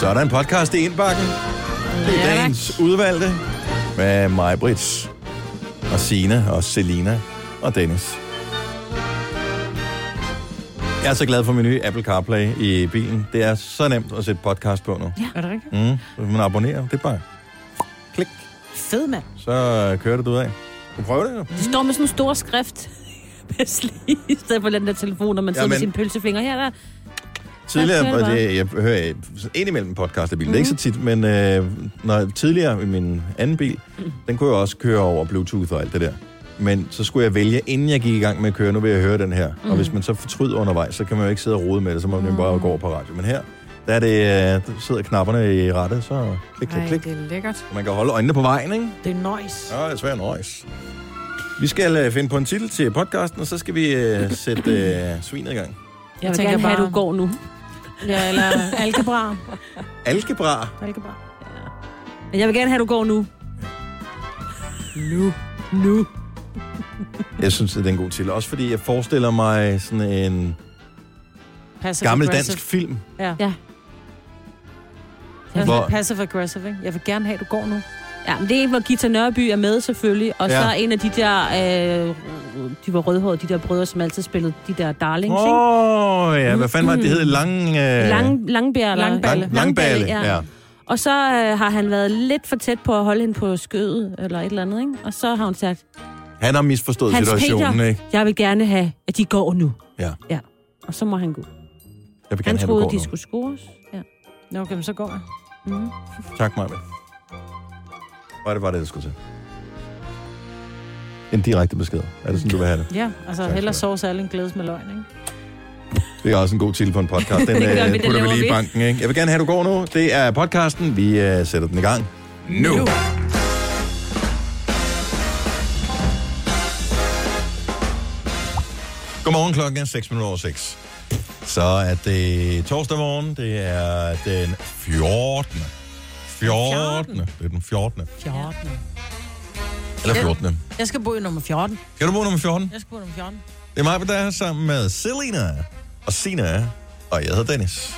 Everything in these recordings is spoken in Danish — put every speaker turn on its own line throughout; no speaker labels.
Så er der en podcast i indbakken. Det er
Ja, tak.
dagens udvalgte med mig, Brits, og Sina og Selina og Dennis. Jeg er så glad for min nye Apple CarPlay i bilen. Det er så nemt at sætte podcast på nu.
Er det rigtigt?
Mm, hvis man abonnerer, det er bare klik,
Fed, mand.
så øh, kører det ud af. Du prøver det jo.
Det står med sådan en stor skrift. Bedst lige, i stedet for den der telefon, når man sidder med sine
Jamen.
pølsefinger her. Der.
Tidligere,
Tak,
og
det var.
det, jeg hører indimellem podcast i bilen, mm. det er ikke så tit, men øh, når, tidligere i min anden bil, den kunne jeg også køre over Bluetooth og alt det der. Men så skulle jeg vælge, inden jeg gik i gang med at køre, nu vil jeg høre den her.
Mhm.
Mm. Og hvis man så fortryder undervejs, så kan man jo ikke sidde og rode med det, så må man jo bare gå over på radio. Men her, der, er det, øh, der sidder knapperne i rette, så klik, klik,
Ej,
klik.
det er lækkert.
Man kan holde øjnene på vejen, ikke?
Det er nice.
Ja, det er svært nøjes. Vi skal øh, finde på en titel til podcasten, og så skal vi øh, sætte øh, svinet i gang.
Jeg, jeg vil
tænker
gerne have, at
bare-
du går nu.
Ja, eller algebra.
Algebra.
algebra.
Men jeg vil gerne have, at du går nu. Nu. Nu.
Jeg synes, det er en god titel. Også fordi jeg forestiller mig sådan en
Passive
gammel
aggressive.
dansk film.
Ja.
Ja.
ja. Altså,
Hvor-
Passive aggressive, ikke? Jeg vil gerne have, at du går nu.
Ja, men det er ikke, hvor Gita Nørby er med selvfølgelig. Og ja.
Ja.
så er en af de der, øh, de var rødhårede, de der brødre, som altid spillede de der darlings, oh. ikke?
Åh, oh, ja. Hvad fanden var det, det hed? Lang... Øh...
Lang, langbær, eller-
Langballe.
Lang, langballe, ja. ja.
Og så øh, har han været lidt for tæt på at holde hende på skødet, eller et eller andet, ikke? Og så har hun sagt,
Han har misforstået
Hans
situationen,
Peter.
ikke?
jeg vil gerne have, at de går nu.
Ja.
ja. Og så må han gå.
Jeg vil gerne
Han
have, du
troede,
går
de
nu.
skulle scores. Ja.
Nå, okay, men så går jeg.
Mm.
Tak, Maja. Var det bare det, der skulle til? En direkte besked. Er det sådan, du vil have det?
Ja, altså
Tak,
hellere
tak.
sove alle end glædes med løgn, ikke?
Det er også en god titel på en podcast. Den
Det gør vi,
øh,
det
putter vi
laver
lige i
vi.
banken, ikke? Jeg vil gerne have, du går nu. Det er podcasten. Vi øh, sætter den i gang. Nu. nu. Godmorgen, klokken er 6 minutter over 6. Så er det torsdag morgen. Det er den 14. 14. Det er den 14.
14.
Eller 14.
Jeg skal bo i nummer 14.
Kan du bruge nummer 14?
Jeg skal bo i nummer 14.
Det er mig, der er her sammen med Selina og Sina, og jeg hedder Dennis.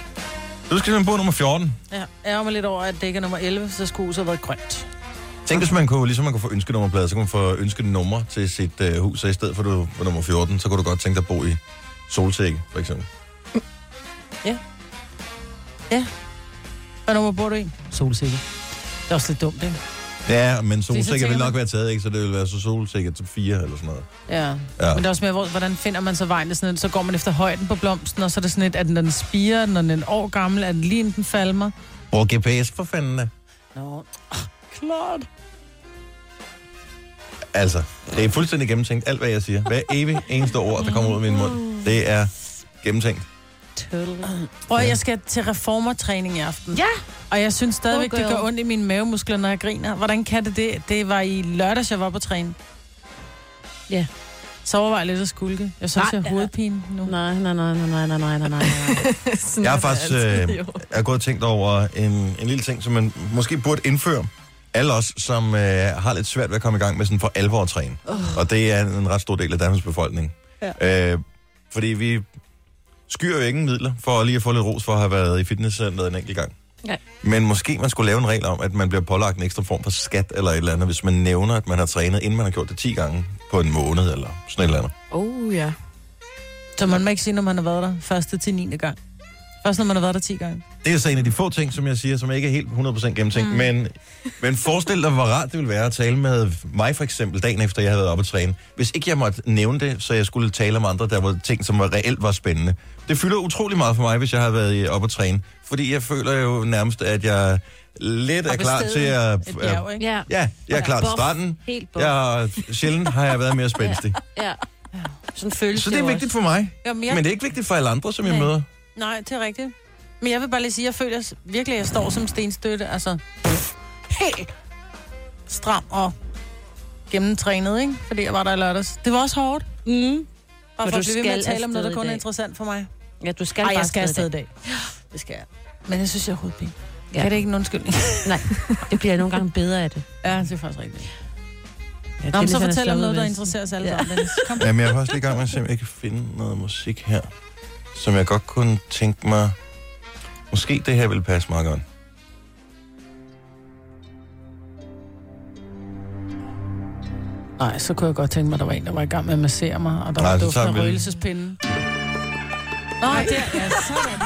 Du skal simpelthen på nummer 14.
Ja, jeg ærger mig lidt over, at det ikke er nummer 11, så skulle huset have været grønt.
Tænk, hvis man kunne, ligesom man kunne få ønskenummerplader, så kunne man få ønsket nummer til sit øh, hus, så i stedet for du var nummer 14, så kunne du godt tænke dig at bo i Solsikke, for eksempel.
Hvad nummer bor du i? Solsikker. Det er også lidt dumt, ikke?
Ja, men
så
Solsikke
tænker
vil nok
man-
være taget, ikke? Så det ville være så Solsikke til 4 eller sådan noget.
Ja.
Ja.
ja. Men det er også mere, hvor, hvordan finder man så vejen? Det er sådan, lidt, så går man efter højden på blomsten, og så er det sådan lidt, at den, den spiger, når den er en år gammel, at den lige inden den falmer.
Brug GPS for fanden da.
Nå, oh, klart.
Altså, det er fuldstændig gennemtænkt, alt hvad jeg siger. Hver evig eneste ord, der kommer ud af min mund, det er gennemtænkt.
Turtle. Prøv, at jeg skal til reformertræning i aften.
Ja.
Og jeg synes stadigvæk,
Go
det
girl.
gør ondt i mine mavemuskler, når jeg griner. Hvordan kan det det? Det var i lørdags, jeg var på træne.
Ja.
Så overvej jeg lidt at skulke. Jeg synes,
Nej,
jeg har hovedpine nu.
Nej, nej, nej, nej, nej, nej, nej, nej, nej.
Sådan
Jeg
er
har
det
faktisk
altid,
øh,
jo.
jeg har gået og tænkt over en, en lille ting, som man måske burde indføre. Alle os, som øh, har lidt svært ved at komme i gang med sådan for alvor at træne. Oh. Og det er en ret stor del af Danmarks befolkning. Ja. Øh, fordi vi skyer jo ingen midler for lige at få lidt ros for at have været i fitnesscenteret en enkelt gang.
Ja.
Men måske man skulle lave en regel om, at man bliver pålagt en ekstra form for skat eller et eller andet, hvis man nævner, at man har trænet, inden man har gjort det 10 gange på en måned eller sådan et eller andet.
Oh ja.
Så man må ikke sige, når man har været der første til 9. gang. Først når man har været der 10 gange.
Det er så en af de få ting, som jeg siger, som ikke er helt 100% gennemtænkt, mm. men, men forestil dig, hvor rart det ville være at tale med mig for eksempel, dagen efter jeg havde været oppe at træne. Hvis ikke jeg måtte nævne det, så jeg skulle tale om andre, der var ting, som var reelt var spændende. Det fylder utrolig meget for mig, hvis jeg har været i- oppe at træne, fordi jeg føler jo nærmest, at jeg lidt er klar til at...
Et bjerg, ikke?
ja.
Ja, jeg er klar til stranden.
Helt buff.
Jeg,
Ja.
har- sjældent har jeg været mere spændstig.
ja. Sådan føles
Så det er
jo
vigtigt for mig,
Jamen,
men
jeg,
det er ikke vigtigt for alle andre, som jeg
Nej.
møder.
Nej, det er rigtigt. Men jeg vil bare lige sige, at jeg føler virkelig, at jeg står som stenstøtte. Altså, pff, helt stram og gennemtrænet, ikke? Fordi jeg var der i lørdags. Det var også hårdt.
Også. Mm.
Bare
Men
for
du
at blive ved med at
skal
tale om noget, der
afsted i
kun er
dag.
interessant for mig.
Ja, du skal
Nej,
bare
jeg skal afsted i
afsted.
dag. Det skal jeg. Men jeg synes, jeg har hovedpine.
Ja.
Ja. Er det ikke en undskyldning?
Det bliver nogle gange bedre af det.
ja, det er faktisk rigtigt.
Ja,
Nå, men
Dennis,
så
han er
fortæl om
stoppet
noget, der
med-
interesserer os alle
Ja.
sammen. Dennis. Kom.
Jamen, jeg er faktisk lige i gang med at se, om jeg kan finde noget musik her, som jeg godt kunne tænke mig... Måske det her ville passe meget godt.
Nej, så kunne jeg godt tænke mig, at der var en, der var i gang med at massere mig, og der
Nej,
var
så
duften
tager
af
vi-
røgelsespinde. Nej, det er sådan.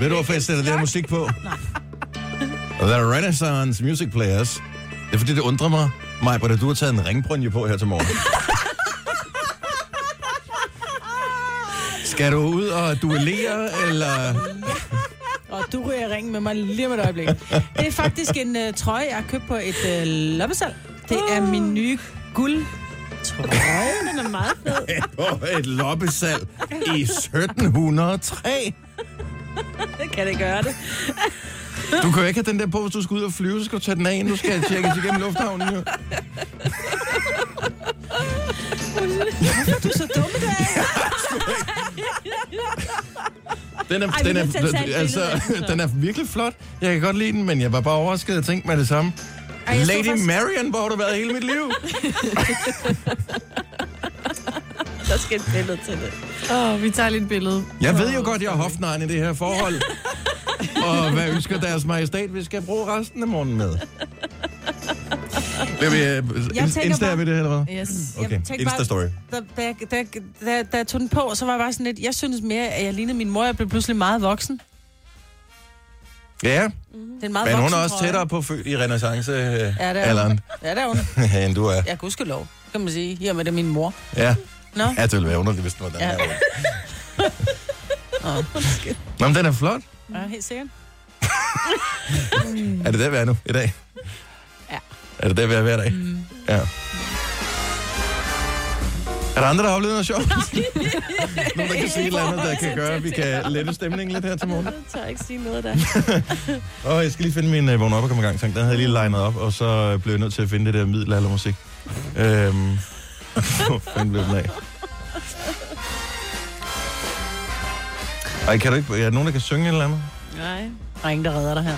Ved du, hvorfor jeg sætter det her musik på? The Renaissance Music Players. Det er fordi, det undrer mig, Maj, at du har taget en ringbrynje på her til morgen. Skal du ud og duellere, eller...
Og du ryger ringe med mig lige om et øjeblik. Det er faktisk en uh, trøje, jeg har købt på et uh, loppesalg. Det er min nye guld trøje.
Den er meget fed.
på et loppesalg i 1703?
Det kan det gøre det.
Du kan jo ikke have den der på, hvis du skal ud og flyve, så skal du tage den af, inden du skal tjekke igennem lufthavnen. Jo.
Du er så dum i dag.
Den er,
Ej, vi
den,
er nødt til at tage et
er,
billede
altså,
af den, så.
den er virkelig flot. Jeg kan godt lide den, men jeg var bare overrasket og tænkte mig det samme. Ej,
jeg så
Lady
faktisk-
Marian, hvor har du været hele mit liv?
Der skal et billede til det.
Åh, vi tager lige et billede.
Jeg ved jo godt, jeg har hofnegn i det her forhold. Og hvad ønsker deres majestæt, vi skal bruge resten af morgenen med? Bliver vi,
Jeg
øh,
tænker
instaer
bare-
vi det, eller hvad? Mm,
Yes.
Okay,
tænkte bare-
Insta-story.
Da, da, jeg- da, jeg- da, da jeg tog den på, så var jeg bare sådan lidt... Jeg synes mere, at jeg lignede min mor. Jeg blev pludselig meget voksen.
Ja,
Det er en meget
men
voksen
hun er også
trøje.
tættere på født i
Ja, det er
renaissance-alderen,
hun. Ja, det er hun.
end du er.
Jeg kan huske lov, kan man sige. Jamen, det er min mor.
Ja.
Nå?
Ja, det ville være underligt, hvis det var den
Ja.
her. Nå, men den er flot.
Ja, helt sikkert.
Er det der, vi er nu i dag?
Ja.
Er det der, vi er hver dag?
Mm.
Ja. Er der andre, der har oplevet noget sjovt? Nogen, der kan sige et eller andet, der kan gøre, at vi kan lette stemningen lidt her til morgen?
Jeg tør ikke sige noget der.
Og jeg skal lige finde min uh, vågn op og komme i gang sang. Den havde jeg lige legnet op, og så øh, blev jeg nødt til at finde det der middelaldermusik. Øhm, hvor fanden blev den af? Ej, kan du ikke... Er der nogen, der kan synge et eller andet?
Nej.
Der er ingen, der redder dig her.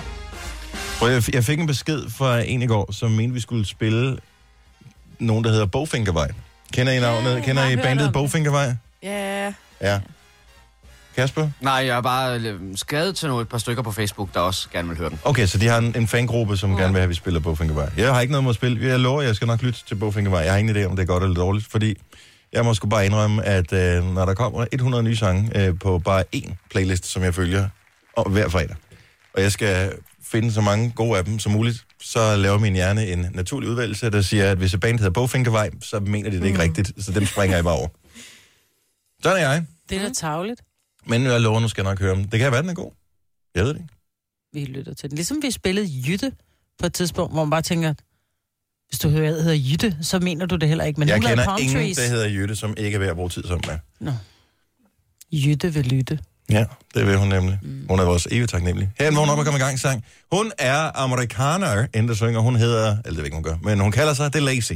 Prøv, at- jeg fik en besked fra en i går, som mente, vi skulle spille nogen, der hedder Bogfinkervej. Kender I navnet?
Ja,
Kender
jeg
I
har hørt om
bandet
det.
Bogfinkervej?
Ja.
Ja. Kasper?
Nej, jeg er bare øh, skrevet til nogle, et par stykker på Facebook, der også gerne vil høre den.
Okay, så de har en, en fangruppe, som gerne vil have, at vi spiller Bogfinkervej. Jeg har ikke noget med at spille. Jeg lover, jeg skal nok lytte til Bogfinkervej. Jeg har ingen idé, om det er godt eller dårligt, fordi jeg må sgu bare indrømme, at øh, når der kommer 100 nye sange øh, på bare én playlist, som jeg følger og, hver fredag, og jeg skal finde så mange gode af dem som muligt, så laver min hjerne en naturlig udvælgelse, der siger, at hvis et band hedder Bogfinkervej, så mener de det ikke rigtigt, så dem springer jeg bare over. Sådan er jeg.
Det er da tavligt.
Men jeg lover, nu skal jeg nok høre dem. Det kan være, den er god. Jeg ved det ikke.
Vi lytter til den. Ligesom vi spillede Jytte på et tidspunkt, hvor man bare tænker, hvis du hører, hedder Jytte, så mener du det heller ikke. Men
Jeg
hun lavede
kender
Palm
ingen,
Trees.
der hedder Jytte, som ikke er ved at bruge tid sammen med.
Jytte vil lytte.
Ja, det vil hun nemlig.
Mm.
Hun er vores evigt taknemmelig. Her er en vågen op og komme i gang sang. Hun er amerikaner, inden der synger. Hun hedder, eller det ved jeg ikke, hun gør, men hun kalder sig The Lazy.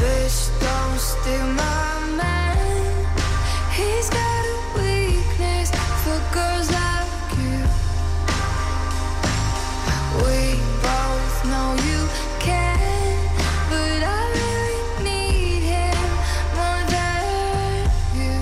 Bitch, don't steal my man. He's got a weakness for girls like you. We both know you can, but I really need him more than you.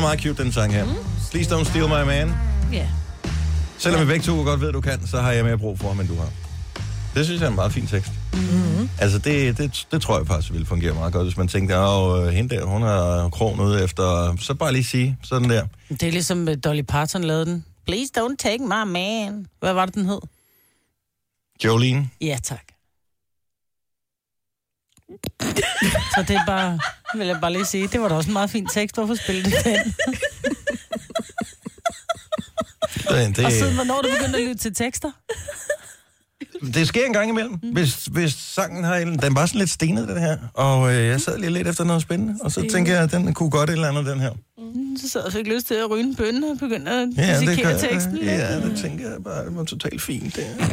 meget cute, den sang her. Please don't steal my man.
Ja.
Selvom vi begge to godt ved, at du kan, så har jeg mere brug for ham, end du har. Det synes jeg er en meget fin tekst. Mm-hmm. Altså, det, det, det tror jeg faktisk ville fungere meget godt, hvis man tænkte, at hende der, hun har krogen ude efter, så bare lige sige sådan der.
Det er ligesom øh, Dolly Parton lavede den. Please don't take my man. Hvad var det, den hed?
Jolene,
Ja, tak. Så det er bare, vil jeg bare lige sige, det var da også en meget fin tekst. Hvorfor spillede du den?
det,
Og siden
det,
hvornår er du begyndt at lytte til tekster?
det sker en gang imellem,
Mm.
hvis, hvis sangen har en, den var sådan lidt stenet, den her, og øh, jeg sad lige lidt efter noget spændende, og så tænkte jeg, at den kunne godt et eller andet, den
Mm.
her.
Så sad jeg og fik lyst til at ryge en bønne og begyndte at
Ja, det,
risikere
gør,
ja, teksten.
ja, det tænker jeg bare, det var totalt fint. Det. er.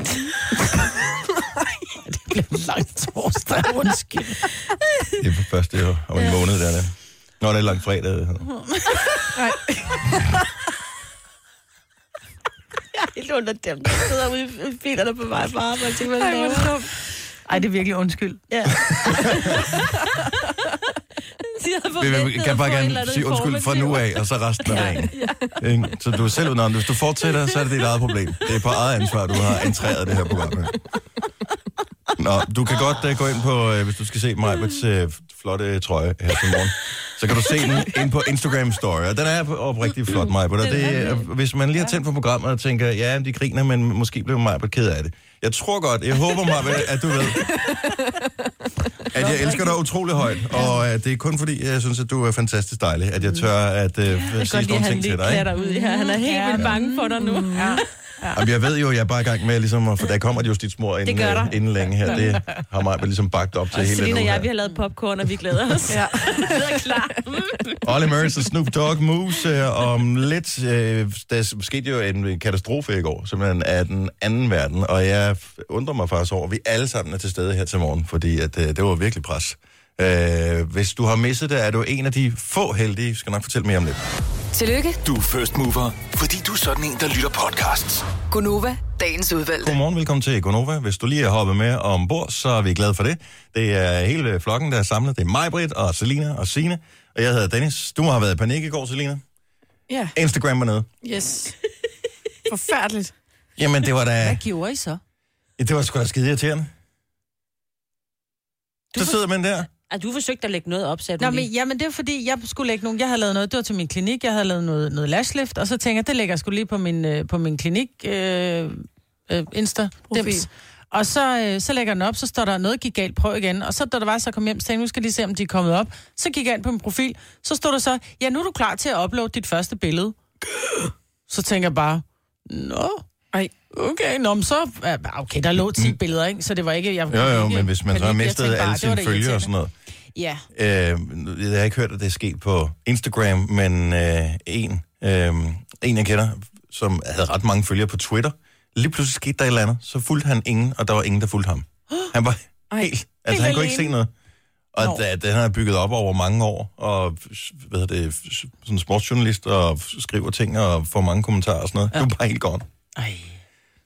Det blev en lang torsdag, undskyld.
Det er først det er jo om en måned, der er det. Nå, det er langt fredag. det hedder.
Helt under dem, der sidder ude i bilerne på vej på arbejde. Tænker, hvad
Ej,
laver
hvor
du?
dumt.
Ej, det er virkelig undskyld.
Ja.
De havde
Vi
forventet
kan
at
bare
få et eller
gerne
andet
sige undskyld fra nu
informativt.
af, og så resten af dagen. Ikke? Så du er selv under Hvis du fortsætter, så er det dit eget problem. Det er på eget ansvar, du har entreret det her program. her. Nå, du kan godt uh, gå ind på, uh, hvis du skal se Majbrits uh, flotte trøje her til morgen, så kan du se den ind på Instagram Story, og den er på- oprigtig flot, Majbrit. Og det, er- hvis man lige har tændt på programmet og tænker, ja, de griner, men måske blev Majbrit ked af det. Jeg tror godt, jeg håber, Majbrit, at du ved, at jeg elsker dig utrolig højt, og at det er kun fordi, jeg synes, at du er fantastisk dejlig, at jeg tør at uh, sige
Godt
sådan
lige,
nogle
at han
ting
lige
til dig. ikke?
klatter ud her. Han er helt
Ja.
vildt bange for dig nu. Ja.
Jamen, jeg ved jo, at jeg er bare i gang med ligesom, at, for der kommer et justitsmord inden,
Det gør der.
øh, inden længe her. Det har mig ligesom bagt op til
Og
hele
Selina og
den uge
jeg, vi
her.
har lavet popcorn, og vi glæder os.
Ja.
Det er klar.
Olly Murs og Snoop Dogg Moose øh, om lidt. Øh, der skete jo en katastrofe i går, simpelthen af den anden verden, og jeg f- undrer mig faktisk over, at vi alle sammen er til stede her til morgen, fordi at, øh, det var virkelig pres. Øh, hvis du har misset det, er du en af de få heldige. Jeg skal nok fortælle mere om lidt.
Tillykke,
Du er first mover, fordi du er sådan en, der lytter podcasts.
Gunova, dagens udvalgte.
Godmorgen, velkommen til Gonova. Hvis du lige er hoppet med ombord, så er vi glade for det. Det er hele øh, flokken, der er samlet. Det er mig, Britt, og Selina og Sine. Og jeg hedder Dennis. Du har været i panik i går, Selina.
Ja,
Instagram var nede.
yes. Forfærdeligt.
Jamen, det var da...
Hvad gjorde I så?
Det var sgu da skide irriterende. Så sidder man der.
Altså, du forsøgte at lægge noget op, sagde du
Nå,
lige.
men, jamen, det er fordi, jeg skulle lægge nogen... Jeg havde lavet noget, det var til min klinik, jeg havde lavet noget, noget lashlift, og så tænker jeg, det lægger jeg sgu lige på min, øh, på min klinik øh, øh, Insta.
Profil.
Dims. Og så, øh, så lægger jeg den op, så står der, noget gik galt, prøv igen. Og så da der var, så kom jeg hjem, så tænkte, jeg, nu skal jeg lige se, om de er kommet op. Så gik jeg ind på min profil, så stod der så, ja, nu er du klar til at uploade dit første billede. Så tænker jeg bare, nå,
Ej.
okay, nå, men så, ja, okay, der lå 10 billeder, ikke? Så det var ikke, jeg
Jo, jo,
ikke
men hvis man så har
panik. Jeg
mistet
tænkte bare,
alle
det var
sine
da
følgere og
irriterende.
sådan noget.
Ja.
Øh, nu- jeg har ikke hørt, at det er sket på Instagram, men øh, en, øh, en, jeg kender, som havde ret mange følgere på Twitter, lige pludselig skete der et eller andet, så fulgte han ingen, og der var ingen, der fulgte ham. Han var
Ej.
helt... Altså, han kunne ikke se noget. Og da, den har jeg bygget op over mange år, og hvad hedder det, sådan sportsjournalist, og skriver ting, og får mange kommentarer og sådan noget. Ja. Det var bare helt godt.
Ej.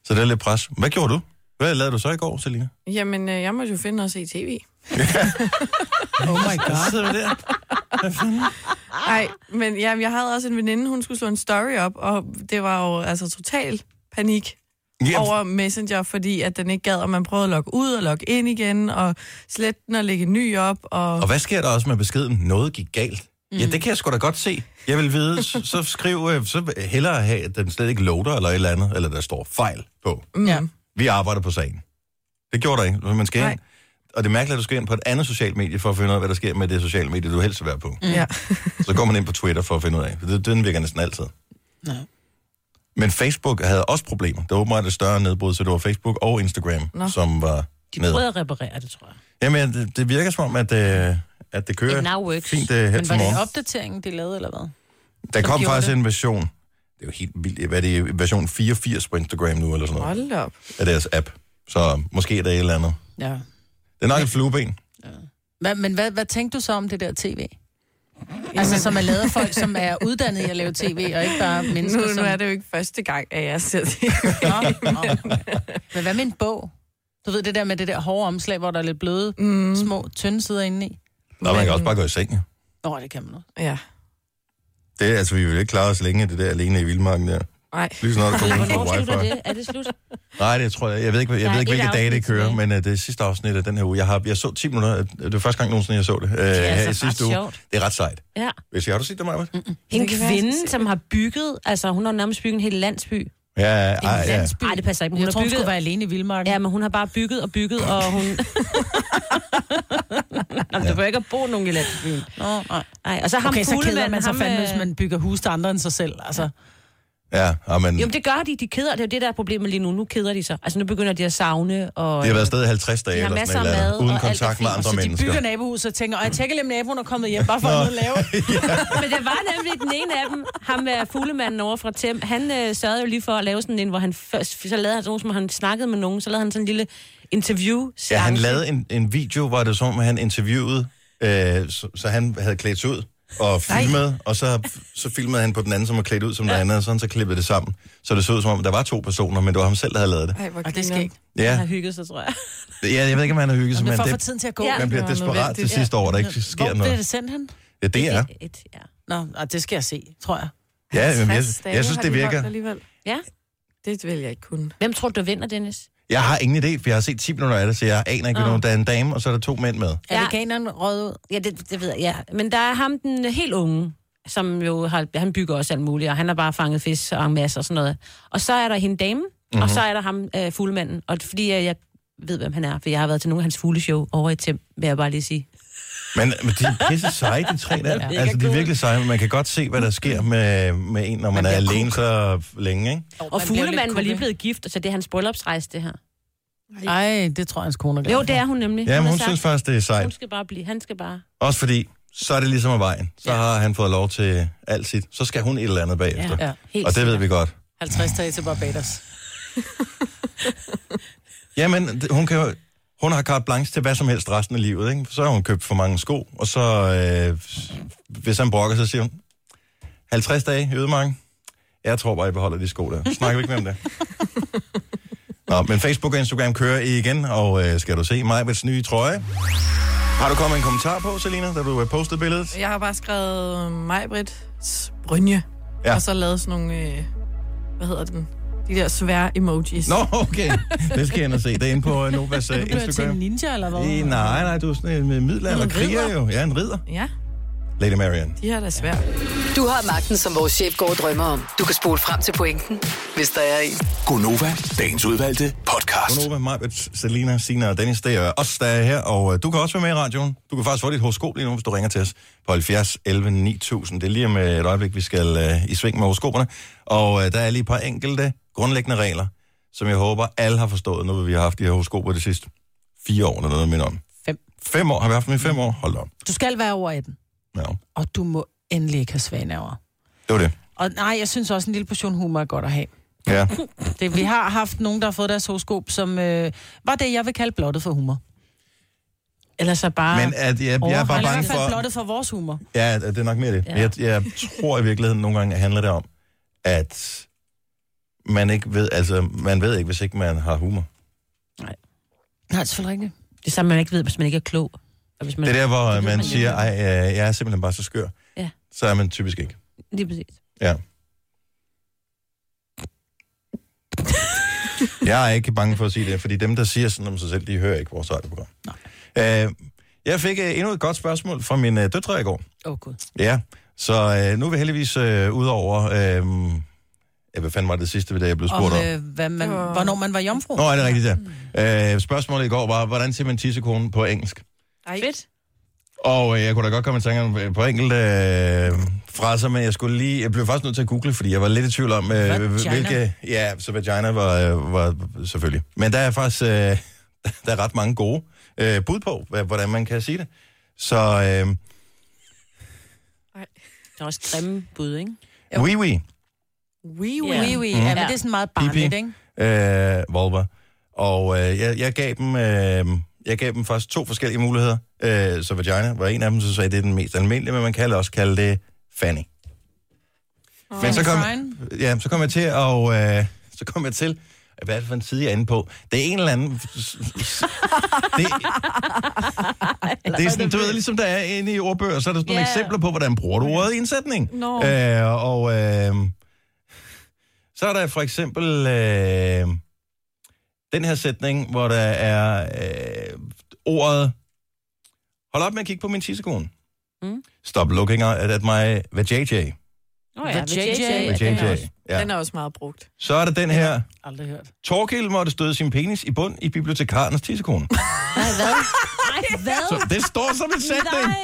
Så det er lidt pres. Hvad gjorde du? Hvad lavede du så i går, Selina?
Jamen, øh, jeg måtte jo finde os i tv.
Oh my
Så sidder vi der.
Nej, men jamen, jeg havde også en veninde, hun skulle slå en story op, og det var jo altså total panik
Jamen,
over Messenger, fordi at den ikke gad, og man prøvede at logge ud og logge ind igen, og slette den og lægge en ny op, og...
Og hvad sker der også med beskeden? Noget gik galt. Mm. Ja, det kan jeg sgu da godt se. Jeg vil vide, så, så skriv, øh, så hellere have, at den slet ikke loader eller et eller andet, eller der står fejl på.
Mm.
Ja.
Vi arbejder på sagen. Det gjorde der ikke, så man skal
Nej.
ind. Og det er mærkeligt, at du skal ind på et andet socialt medie for at finde ud af, hvad der sker med det sociale medie, du helst vil være på.
Ja.
Så går man ind på Twitter for at finde ud af, for det, den virker næsten altid.
Nå.
Men Facebook havde også problemer. Der var åbenbart et større nedbrud, så det var Facebook og Instagram, Nå.
Nå.
som var
De
med.
prøvede at reparere det, tror jeg.
Jamen, det, det virker som om, at, øh, at det kører
It now works.
fint øh, her
Men
til
var det
morgen.
en opdatering, de lavede, eller hvad?
Der
som
kom
gjorde
faktisk
det.
en version. Det er jo helt vildt. Hvad er det? Version 84 på Instagram nu, eller sådan noget,
Hold da op.
af deres app. Så måske er der et eller andet.
Ja.
Det er nok et flueben.
Hvad, men hvad, hvad tænkte du så om det der tv? Altså, som er lavet af folk, som er uddannet i at lave tv, og ikke bare mennesker,
Nu, nu
som...
er det jo ikke første gang, at jeg ser det.
Nå, nå. Men hvad med en bog? Du ved det der med det der hårde omslag, hvor der er lidt bløde, mm. små, tynde sider inde i.
Nå, man kan
Men-
også bare gå i seng. jo.
Nå, det kan man også.
Ja.
Det, er- altså, vi vil jo ikke klare os længe, det der alene i vildmarken der.
Nej.
Lige snart der kommer
Hvornår
på
slutter
wifi.
det? Er det slut?
Nej, det tror jeg. Jeg ved ikke, jeg
Der
ved
er
ikke
et
hvilke dage det
afsnit
kører,
tilbage.
men uh, det er sidste afsnit af den her uge. Jeg, har, jeg så 10 minutter. øh, Det var første gang nogensinde, jeg så det. Uh, det
altså ret
sidste uge.
sjovt.
Det er ret sejt.
Ja.
Hvis jeg har du set det, Maja? Mm.
En
Det kan være, jeg skal
kvinde,
se
som har bygget, altså hun har nærmest bygget en hel landsby.
Ja, ej,
En
ja.
landsby.
Nej, det passer ikke, men
Jeg
hun
tror,
har
hun skulle
bygget...
være alene i Vildmarken.
Ja, men hun har bare bygget og bygget, og hun... Nå, men du bør ikke at bo nogen i landsbyen.
Nå, nej.
Nej, og så ham
Okay, så keder
fuglemanden,
man sig
ham,
fandme,
øh,
hvis man bygger hus til andre end sig selv. Altså,
ja amen.
Jo, men det gør de. De keder. Det er jo det, der er problemet lige nu. Nu keder de sig. Altså, nu begynder de at savne. Og...
Det har været afsted i 50
De
dage
har
eller
masser
sådan
af
noget,
mad
andet, uden
og alt er
kontakt
fint,
med
og
andre
så de
mennesker.
bygger nabohuset og tænker, "Åh, jeg tjekker lige, om naboen er kommet hjem, bare for at have noget at lave.
Men det var nemlig den ene af dem, ham med fuglemanden over fra Tem. Han øh, sørgede jo lige for at lave sådan en, hvor han først, så lavede han sådan nogle, som han snakkede med nogen, så lavede han sådan en lille interview
Ja, han lavede en, en video, hvor det var som om, han interviewede, øh, så, så han havde klædt sig ud og filmet, Nej. og så, så filmede han på den anden, som var klædt ud som ja. den anden, og sådan så klippede det sammen. Så det så ud som om, der var to personer, men det var ham selv, der havde lavet det.
Ej, hvor
Og det
grineren.
skal ikke.
Han
Ja,
har hygget sig, tror jeg.
ja jeg ved ikke, om han har hygget sig,
Men
men
for at få
det,
tiden til at gå.
Ja.
man bliver
Det var
desperat til
nødvendigt.
sidste år, der ikke sker
Hvor blev
noget.
det sendt hen?
Ja, det er.
Et, et, ja.
Nå, ah, det skal jeg se, tror jeg.
Ja, jamen, jeg,
50 dage
jeg synes,
har
det
de holdt
virker.
Alligevel.
Ja.
Det vil jeg ikke kunne.
Hvem tror du, der vinder, Dennis?
Jeg har ingen idé, for jeg har set 10 minutter af det, så jeg aner ikke,
Nå.
oh. der er en dame, og så er der to mænd med.
Er veganeren røget ud?
Ja, det, det ved jeg, ja. Men der er ham, den helt unge, som jo har, han bygger også alt muligt, og han har bare fanget fisk og masser og sådan noget. Og så er der hende dame, mm-hmm. og så er der ham øh, fuglemanden. Og det er fordi jeg, jeg ved, hvem han er, for jeg har været til nogle af hans fugleshow over i Tem, vil jeg bare lige sige. Men
Men, men de er pisse seje, de tre der.
mega
Altså, de er
cool.
virkelig seje, men man kan godt se, hvad der sker med, med en, når man, man er alene så længe, ikke?
Og fuglemanden var lige blevet gift, så det er hans bryllupsrejse, det her.
Ej, det tror jeg, hans kone er glad
Jo,
for.
det er hun nemlig.
Ja, men
har
hun
sagt,
synes faktisk, det er
Hun
sejt.
skal bare blive, han skal bare...
Også fordi, så er det ligesom af vejen. Så har han fået lov til alt sit. Så skal hun et eller andet bagefter.
Ja,
helt
Og det ved
sikkert.
vi godt.
50 dage til Barbados.
Jamen, det- hun kan jo, hun har carte blanche til hvad som helst resten af livet, ikke? Så har hun købt for mange sko, og så, øh, hvis han brokker, så siger hun, 50 dage i ødemarken. Jeg tror bare, I beholder de sko der. Så Snakker vi ikke mere om det. Nå, men Facebook og Instagram kører I igen, og øh, skal du se Majbets nye trøje? Har du kommet en kommentar på, Selina, da du øh, postede billedet?
Jeg har bare skrevet Majbrits Brynje.
Ja.
Ja. Og så lavet sådan nogle, øh, hvad hedder den? De der svære emojis.
Nå, okay. Det skal jeg ind og se. Det er inde på øh, Novas øh,
Nu bliver jeg til en
Instagram.
ninja, eller hvad?
Eh, Nej, nej, du er sådan en øh, middelalder kriger jo. Ja, en ridder.
Ja,
Lady Marian.
de her er da svære.
Du har magten, som vores chef går og drømmer om. Du kan spole frem til pointen, hvis der er en.
Gonova, dagens udvalgte podcast.
Gonova, Majbet, Selina, Sina og Dennis, det er os, der er her, og øh, du kan også være med i radioen. Du kan faktisk få dit horoskop lige nu, hvis du ringer til os på 70 11 9000. Det er lige om øh, et øjeblik, vi skal øh, i sving med horoskoperne, og øh, der er lige et par enkelte grundlæggende regler, som jeg håber, alle har forstået, nu hvor vi har haft de her horoskoper de sidste fire år, eller noget mindre om.
Fem.
Fem år? Har vi haft dem i fem år? Hold da op.
Du skal være over 18,
Ja,
og du må endelig ikke have svagnavre.
det var det.
Og nej, jeg synes også, en lille portion humor er godt at have.
Ja.
Det, vi har haft nogen, der har fået deres horoskop, som øh, var det, jeg vil kalde blottet for humor.
Eller så bare...
Men at, jeg, jeg er bare
Eller i
bange
hvert fald
for...
blottet for vores humor.
Ja, at- at det er nok mere det. Ja.
Ja.
Jeg, jeg tror i virkeligheden nogle gange handler det om, at man ikke ved, altså man ved ikke, hvis ikke man har humor.
Nej, det er selvfølgelig rigtigt.
Det er samme, man ikke ved, hvis man ikke er klog. Og hvis man...
Det er der, hvor
ved
man
man
siger,
ikke.
ej, øh, jeg er simpelthen bare så skør.
Ja.
Så er man typisk ikke.
Lige præcis.
Ja. jeg er ikke bange for at sige det, fordi dem, der siger sådan om sig selv, de hører ikke vores radioprogram. Nej. Øh, jeg fik øh, endnu et godt spørgsmål fra min øh, døtre i går.
Åh, oh, gud.
Ja, så øh, nu er vi heldigvis øh, ud over... Øh, ja, hvad fanden var det sidste, da jeg blev
Om,
spurgt om?
øh, Mm. hvad man, hvornår man var jomfru.
Nå, er det rigtigt, ja. Øh, spørgsmålet i går var, hvordan siger man tissekone på engelsk?
Ej,
Fedt.
Og øh, jeg kunne da godt komme i tanke om øh, på enkelte øh, fraser, men jeg skulle lige, jeg blev faktisk nødt til at google, fordi jeg var lidt i tvivl om, øh,
Vagina.
hvilke... Ja, så vagina var, øh, var selvfølgelig. Men der er faktisk øh, der er ret mange gode øh, bud på, hva- hvordan man kan sige det. Så øh,
Der er også grimme bud, ikke?
wee
Ja.
wee,
wee wee.
Wee wee. Ja, men det er sådan meget barnligt, ikke?
øh, vulva. Og øh, jeg, jeg gav dem... Øh, jeg gav dem faktisk to forskellige muligheder. Øh, så vagina var en af dem, så sagde jeg, det er den mest almindelige, men man kan også kalde det fanny. Men så kom,
Fine.
ja, så kom jeg til at, øh, så kom jeg til Hvad er det for en side, jeg er inde på? Det er en eller anden... det, det er sådan, du ved, ligesom der er inde i ordbøger, så er der sådan nogle
Ja.
eksempler på, hvordan bruger du ordet i en sætning.
Nå.
Øh, og øh, så er der for eksempel øh, den her sætning, hvor der er øh, ordet, hold op med at kigge på min tissekone.
Mm.
Stop looking at at my vajayjay.
Oh, ja,
The
ved
JJ.
JJ.
Ved den
JJ.
er
Vajayjay.
også-
Ja.
Den er også meget brugt.
Så er der den her,
Aldrig hørt.
Torkild måtte støde sin penis i bund i bibliotekarens tissekone.
Nej, hvad? Nej, hvad?
Så det står som en sætning.
Nej.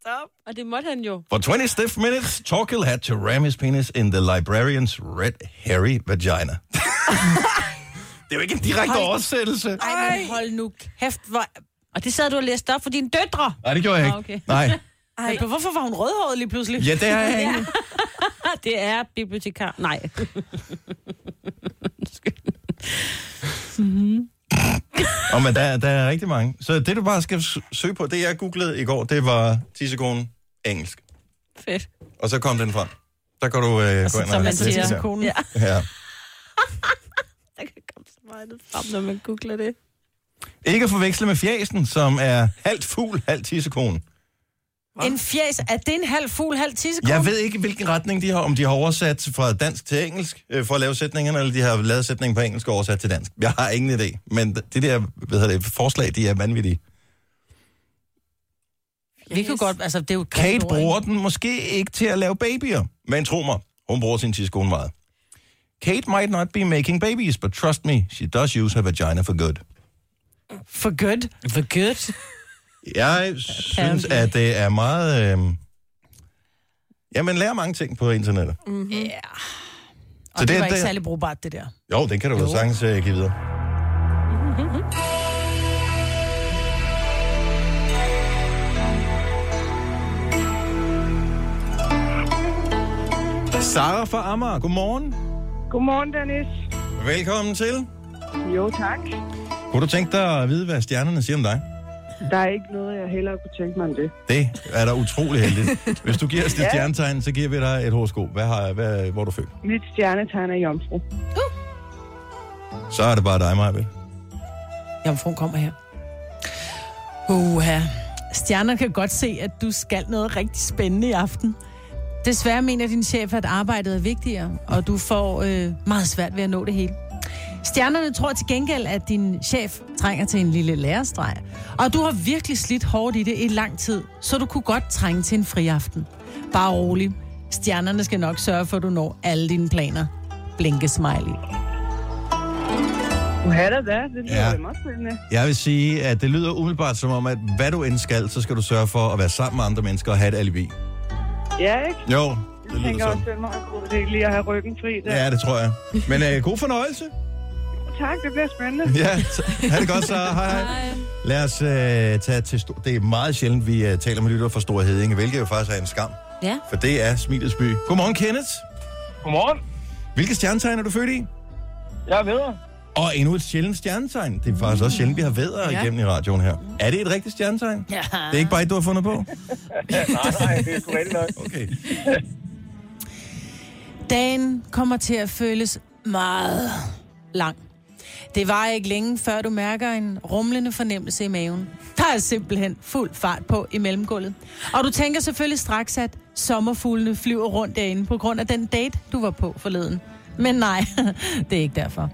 Stop. Og det måtte han jo.
For 20 stiff minutes, Torkild had to ram his penis in the librarian's red hairy vagina. det er jo ikke en direkte oversættelse.
Ej, men hold nu kæft, hvor...
Og det sad du og læste op for dine døtre.
Nej, det gjorde jeg ikke.
Nå, okay.
Nej.
Ej. Men hvorfor var hun rødhåret lige pludselig?
Ja, det er jeg ikke.
Det er bibliotekar. Nej. Mhm.
Og men der, der er rigtig mange. Så det, du bare skal s- søge på, det jeg googlede i går, det var 10 sekunder engelsk.
Fedt.
Og så kom den frem. Der kan du øh, gå ind
Som
og
man
læse
siger.
det her.
Konen. Ja.
Ja.
Der kan komme så meget frem, når man googler det.
Ikke at forveksle med fjæsen, som er halvt fugl, halvt tissekone.
En fjæs, er det en halv fugl, halv tissekone?
Jeg ved ikke, hvilken retning de har, om de har oversat fra dansk til engelsk øh, for at lave sætningerne, eller de har lavet sætningen på engelsk og oversat til dansk. Jeg har ingen idé, men det der hvad hedder det, forslag, de er vanvittige.
Vi kan godt, altså det er jo... et grimt
Kate
ord, ikke?
bruger den måske ikke til at lave babyer, men tro mig, hun bruger sin tidskone meget. Kate might not be making babies, but trust me, she does use her vagina for good.
For good. For good.
Jeg synes, at det er meget... Øh... Jamen, lærer mange ting på internettet.
Og så det,
det-
det var ikke
det-
særlig brugbart, det der.
Jo, den kan du jo sagtens øh, give videre. Sara fra Amager, godmorgen.
Godmorgen, Dennis.
Velkommen til.
Jo, tak.
Kunne du tænke dig at vide, hvad stjernerne siger om dig?
Der er ikke noget, jeg hellere kunne tænke mig end det.
Det er da utrolig heldigt. Hvis du giver os dit stjernetegn, så giver vi dig et horoskop. Hvad har, hvad, hvor er du født?
Mit stjernetegn er jomfru.
Så er det bare dig, Maja.
Jomfruen kommer her. Uha. Stjerner kan godt se, at du skal noget rigtig spændende i aften. Desværre mener din chef, at arbejdet er vigtigere, og du får øh, meget svært ved at nå det hele. Stjernerne tror til gengæld, at din chef trænger til en lille lærestreg. Og du har virkelig slidt hårdt i det i lang tid, så du kunne godt trænge til en friaften. Bare rolig. Stjernerne skal nok sørge for, at du når alle dine planer. Blinke smiley.
Du har det da. Det lyder
Ja.
ja. meget spændende.
Jeg vil sige, at det lyder umiddelbart som om, at hvad du end skal, så skal du sørge for at være sammen med andre mennesker og have et alibi.
Ja, ikke?
Jo, det
Jeg
lyder
tænker også,
sådan.
det er en meget god idé lige at have ryggen fri der. Ja.
Ja, det tror jeg. Men øh, god fornøjelse.
Tak, det bliver spændende.
Ja, så, ha' det godt så. Hej, hej. Lad os øh, tage til... Stor- det er meget sjældent, vi øh, taler med lytter fra Store Hedinge, hvilket jo faktisk er en skam.
Ja.
For det er Smilets by. Godmorgen, Kenneth.
Godmorgen.
Hvilke stjernetegn er du født i?
Jeg er vedder.
Og endnu et sjældent stjernetegn. Det er faktisk også sjældent, vi har vædder ja. igennem i radioen her. Er det et rigtigt stjernetegn? Ja. Det er ikke bare et, du har fundet på?
Ja, nej, nej, det er sgu rigtig nok.
Okay.
Dagen kommer til at føles meget lang. Det var ikke længe, før du mærker en rumlende fornemmelse i maven. Der er simpelthen fuld fart på i mellemgulvet. Og du tænker selvfølgelig straks, at sommerfuglene flyver rundt derinde på grund af den date, du var på forleden. Men nej, det er ikke derfor.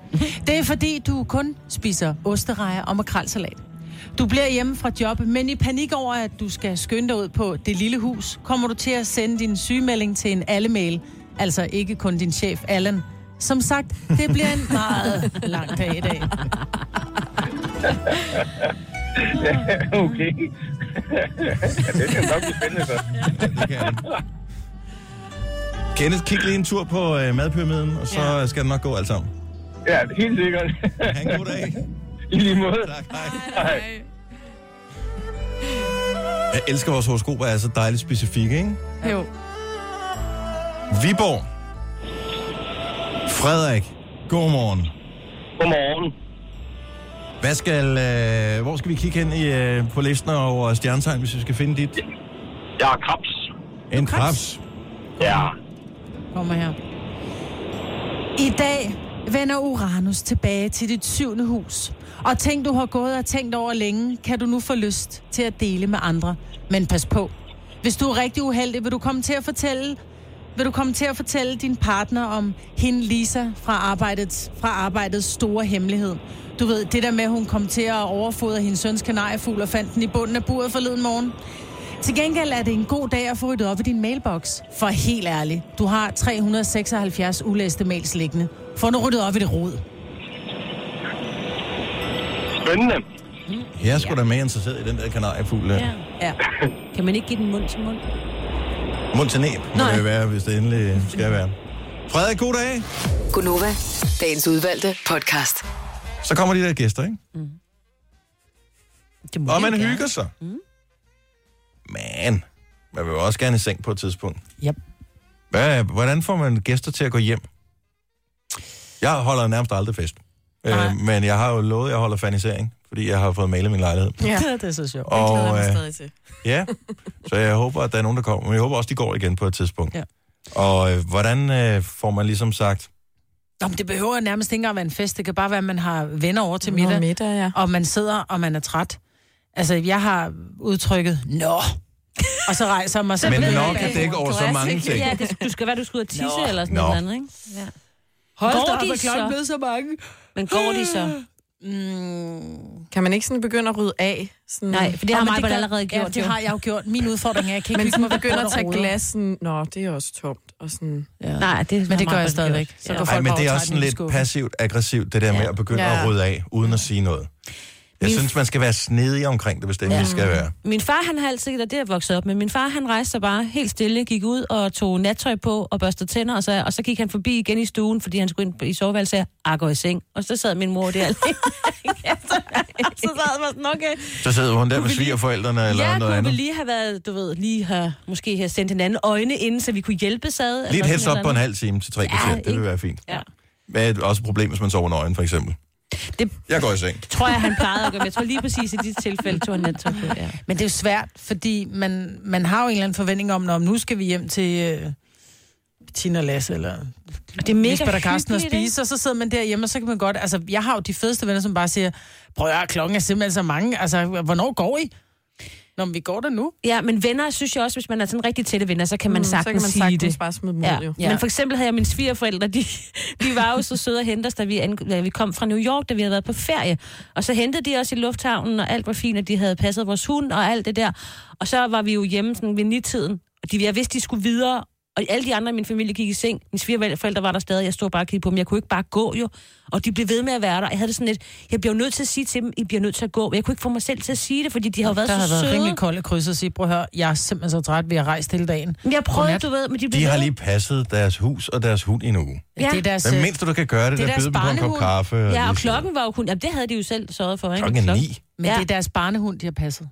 Det er fordi, du kun spiser osterejer og makrelsalat. Du bliver hjemme fra job, men i panik over, at du skal skynde dig ud på det lille hus, kommer du til at sende din sygemelding til en alle-mail. Altså ikke kun din chef, Allan. Som sagt, det bliver en meget lang dag i dag.
Okay. ja, det skal nok blive spændende, så.
Det kan jeg. Kenneth, kig lige en tur på øh, madpyramiden, og så ja. skal det nok gå alt sammen.
Ja, helt sikkert.
Ha' en god dag.
I lige måde.
Tak, hej.
Hej.
Jeg elsker vores horoskoper, er så dejligt specifikke, ikke?
Jo.
Viborg. Frederik, godmorgen.
Godmorgen.
Hvad skal, øh, hvor skal vi kigge hen i, øh, på listen over stjernetegn, hvis vi skal finde dit?
Jeg er krebs.
En krebs.
Ja.
Kommer her. I dag vender Uranus tilbage til dit syvende hus. Og ting, du har gået og tænkt over længe, kan du nu få lyst til at dele med andre. Men pas på. Hvis du er rigtig uheldig, vil du komme til at fortælle, vil du komme til at fortælle din partner om hende Lisa fra arbejdets, fra arbejdets store hemmelighed. Du ved, det der med, at hun kom til at overfodre hendes søns kanariefugl og fandt den i bunden af buret forleden morgen. Til gengæld er det en god dag at få ryddet op i din mailbox. For helt ærligt, du har 376 ulæste mails liggende. Få nu ryddet op i det rod.
Spændende.
Jeg er sgu da mere interesseret i den der kanariefugl. Ja.
ja.
Kan man ikke give den mund til mund?
Mund til næb, må
Nej.
det jo være, hvis det endelig skal være. Frederik, god dag.
Gunova, dagens udvalgte podcast.
Så kommer de der gæster, ikke?
Mm.
Og
de
man
jo gerne.
hygger sig. Mm. Men man vil jo også gerne i seng på et tidspunkt.
Yep.
Hvad, hvordan får man gæster til at gå hjem? Jeg holder nærmest aldrig fest. Øh, men jeg har jo lovet, at jeg holder fanisering, fordi jeg har fået malet min lejlighed.
ja. det er så sjovt.
Og,
glæder jeg mig
øh,
stadig til.
Ja, så jeg håber, at der er nogen, der kommer. Men jeg håber også, de går igen på et tidspunkt.
Ja.
Og øh, hvordan øh, får man ligesom sagt,
Nå, men det behøver nærmest ikke engang at være en fest. Det kan bare være, at man har venner over til
Nå,
middag.
middag, ja.
Og man sidder, og man er træt. Altså, jeg har udtrykket, nå. Og så rejser jeg mig så.
Men nå kan dække over så mange ting.
Ja, det, du skal være, du skal ud og tisse
Nå.
eller sådan
Nå.
noget andet, ikke? Ja.
Hold
Går
da op,
de
at klokken
så?
blev så mange.
Men går de så?
Mm, Kan man ikke sådan begynde at rydde af? Sådan...
Nej, for det
Nå,
har
men
mig
gør-
allerede gjort.
Ja, det
jo.
har jeg jo gjort. Min udfordring er, at jeg kan ikke
Men
hygge
hvis man
mig ved
begynder
krudt
at
og
tage
ruder.
glassen, nå, det er også tomt. Og sådan,
Ja.
Nej, det
Men
har
det gør
Maj-Brit
jeg stadigvæk.
gjort.
Så
Ja. Mm,
går
ej,
folk
men
over
det er
og tager
også sådan
den i
lidt
skuffen.
passivt-aggressivt, det der med at begynde
Ja.
at rydde af, uden at sige noget. Jeg
Min-
synes, man skal være snedig omkring det, hvis det endelig skal være.
Min far, han har altid, og det er jeg vokset op med, min far, han rejste sig bare helt stille, gik ud og tog nattøj på og børstede tænder, og så, og så gik han forbi igen i stuen, fordi han skulle ind i soveværelset og sagde, "Ah, gå i seng. Og så sad min mor der alene. og så sad jeg bare sådan, okay.
Så sidder hun der med svigerforældrene eller
ja,
noget
kunne vi
andet.
lige have været, du ved, lige have, måske have sendt hinanden øjne inden, så vi kunne hjælpes ad.
Lige
eller
et heads
sådan
op
et
på en
eller
halv time til tre kvarter, det
ikke?
vil være fint.
andet. Ja.
Men det er også et problem, hvis man sover nøgen, for eksempel.
Det-
Jeg går i seng.
Tror jeg, han plejede at gøre, men jeg tror lige præcis i de tilfælde tog han nattøj på, ja.
Men det er jo svært, fordi man, man har jo en eller anden forventning om, når nu skal vi hjem til øh, Tina Lasse eller
Og det er mega
Lisbeth og Karsten og
hyggeligt, ikke?
spise, og så sidder man derhjemme, og så kan man godt... Altså, jeg har jo de fedeste venner, som bare siger, prøv at høre, klokken er simpelthen så mange. Altså, hvornår går I? Nå, men vi går der nu.
Ja, men venner synes jeg også, hvis man er sådan rigtig tætte venner, så kan man
Mm, så
sagtens,
kan man
sige
sagtens
det.
bare smide dem ud,
ja.
jo.
Ja. Men for eksempel havde jeg mine svigerforældre, de, de var jo så søde at hente os, da vi, an, da vi kom fra New York, da vi havde været på ferie. Og så hentede de os i lufthavnen, og alt var fint, og de havde passet vores hund og alt det der. Og så var vi jo hjemme sådan ved nitiden, og de, jeg vidste, de skulle videre, og alle de andre i min familie gik i seng. Mine svigerforældre var der stadig, jeg stod bare og kiggede på dem. Jeg kunne ikke bare gå jo. Og de blev ved med at være der. Jeg havde det sådan lidt, jeg bliver jo nødt til at sige til dem, I bliver nødt til at gå. Men Jeg kunne ikke få mig selv til at sige det, fordi de har jo været
der
så
har været
søde.
rimelig kolde kryds og sige, prøv at høre, jeg er simpelthen så træt, vi har rejst hele dagen.
Men Jeg prøvede,
Godnat.
du ved, men de blev
De har
ved.
lige passet deres hus og deres hund i en uge.
Ja. Det er deres,
Hvad
øh,
mindst du kan gøre
det
det, det
er
der byde
deres
dem på en
barnehund.
kop kaffe.
Ja, og
lige sådan-
klokken var jo kun... Jamen, det havde de jo selv sørget for, ikke?
Klokken er ni.
Men
Ja.
ja. det er deres barnehund, de har passet.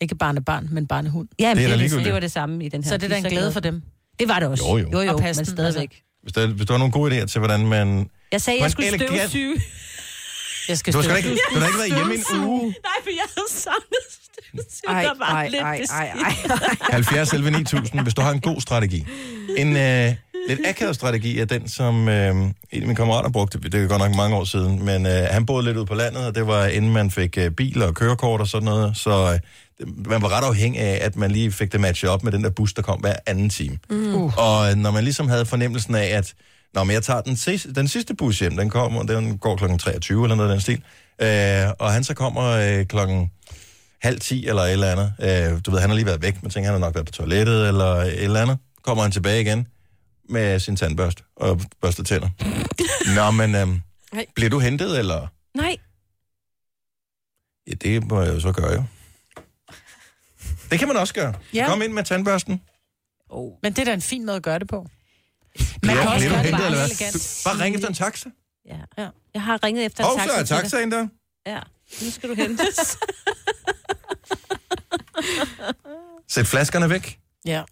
Ikke barnebarn, men barnehund.
Ja,
Det
det,
er da
er det,
ligegyldigt.
det var det samme i den her.
Så det er da en
De
glæde for dem.
Det var det også.
Jo, jo.
jo, jo
Og passe
men
den,
stadigvæk. Altså.
Hvis der, hvis du har nogle gode idéer til, hvordan man...
Jeg sagde,
På en
jeg skulle
elegant-
støvsuge.
Jeg skal
Du har sgu da
støvsuge.
ikke, du har da ikke været hjemme i en uge.
Nej, for jeg havde savnet støvsuge.
Ej,
der var
ej,
lidt
ej, ej,
beskidt.
ej.
70 11 9000, hvis du har en god strategi. En øh, lidt akavet strategi er den, som øh, en af mine kammerater brugte, det er godt nok mange år siden, men øh, han boede lidt ude på landet, og det var inden man fik øh, biler og kørekort og sådan noget, så øh, det- man var ret afhængig af, at man lige fik det matchet op med den der bus, der kom hver anden time. Mm.
Uh.
Og øh, når man ligesom havde fornemmelsen af, at Nå, men jeg tager den, sidste, den sidste bus hjem, den kommer, og den går klokken 23 eller noget af den stil, øh, og han så kommer øh, klokken halv ti eller et eller andet. Øh, du ved, han har lige været væk, men tænker, han har nok været på toilettet eller et eller andet. Kommer han tilbage igen med sin tandbørste og børster tænder. Nå, men øh,
Nej.
bliver du hentet, eller?
Nej,
Ja, det må jeg jo så gøre, jo. Det kan man også gøre. Ja.
Ja.
Kom ind med tandbørsten.
Men det er da en fin måde at gøre det på.
Bliver,
kan også
bliver du
gøre det
hentet,
bare
eller hvad?
elegant.
Du, bare ring efter en taxa.
ja. ja. Jeg har ringet efter
Hov,
en
så er
taxa. til dig.
taxaen der.
Ja, nu skal du hentes.
Sæt flaskerne væk.
Ja.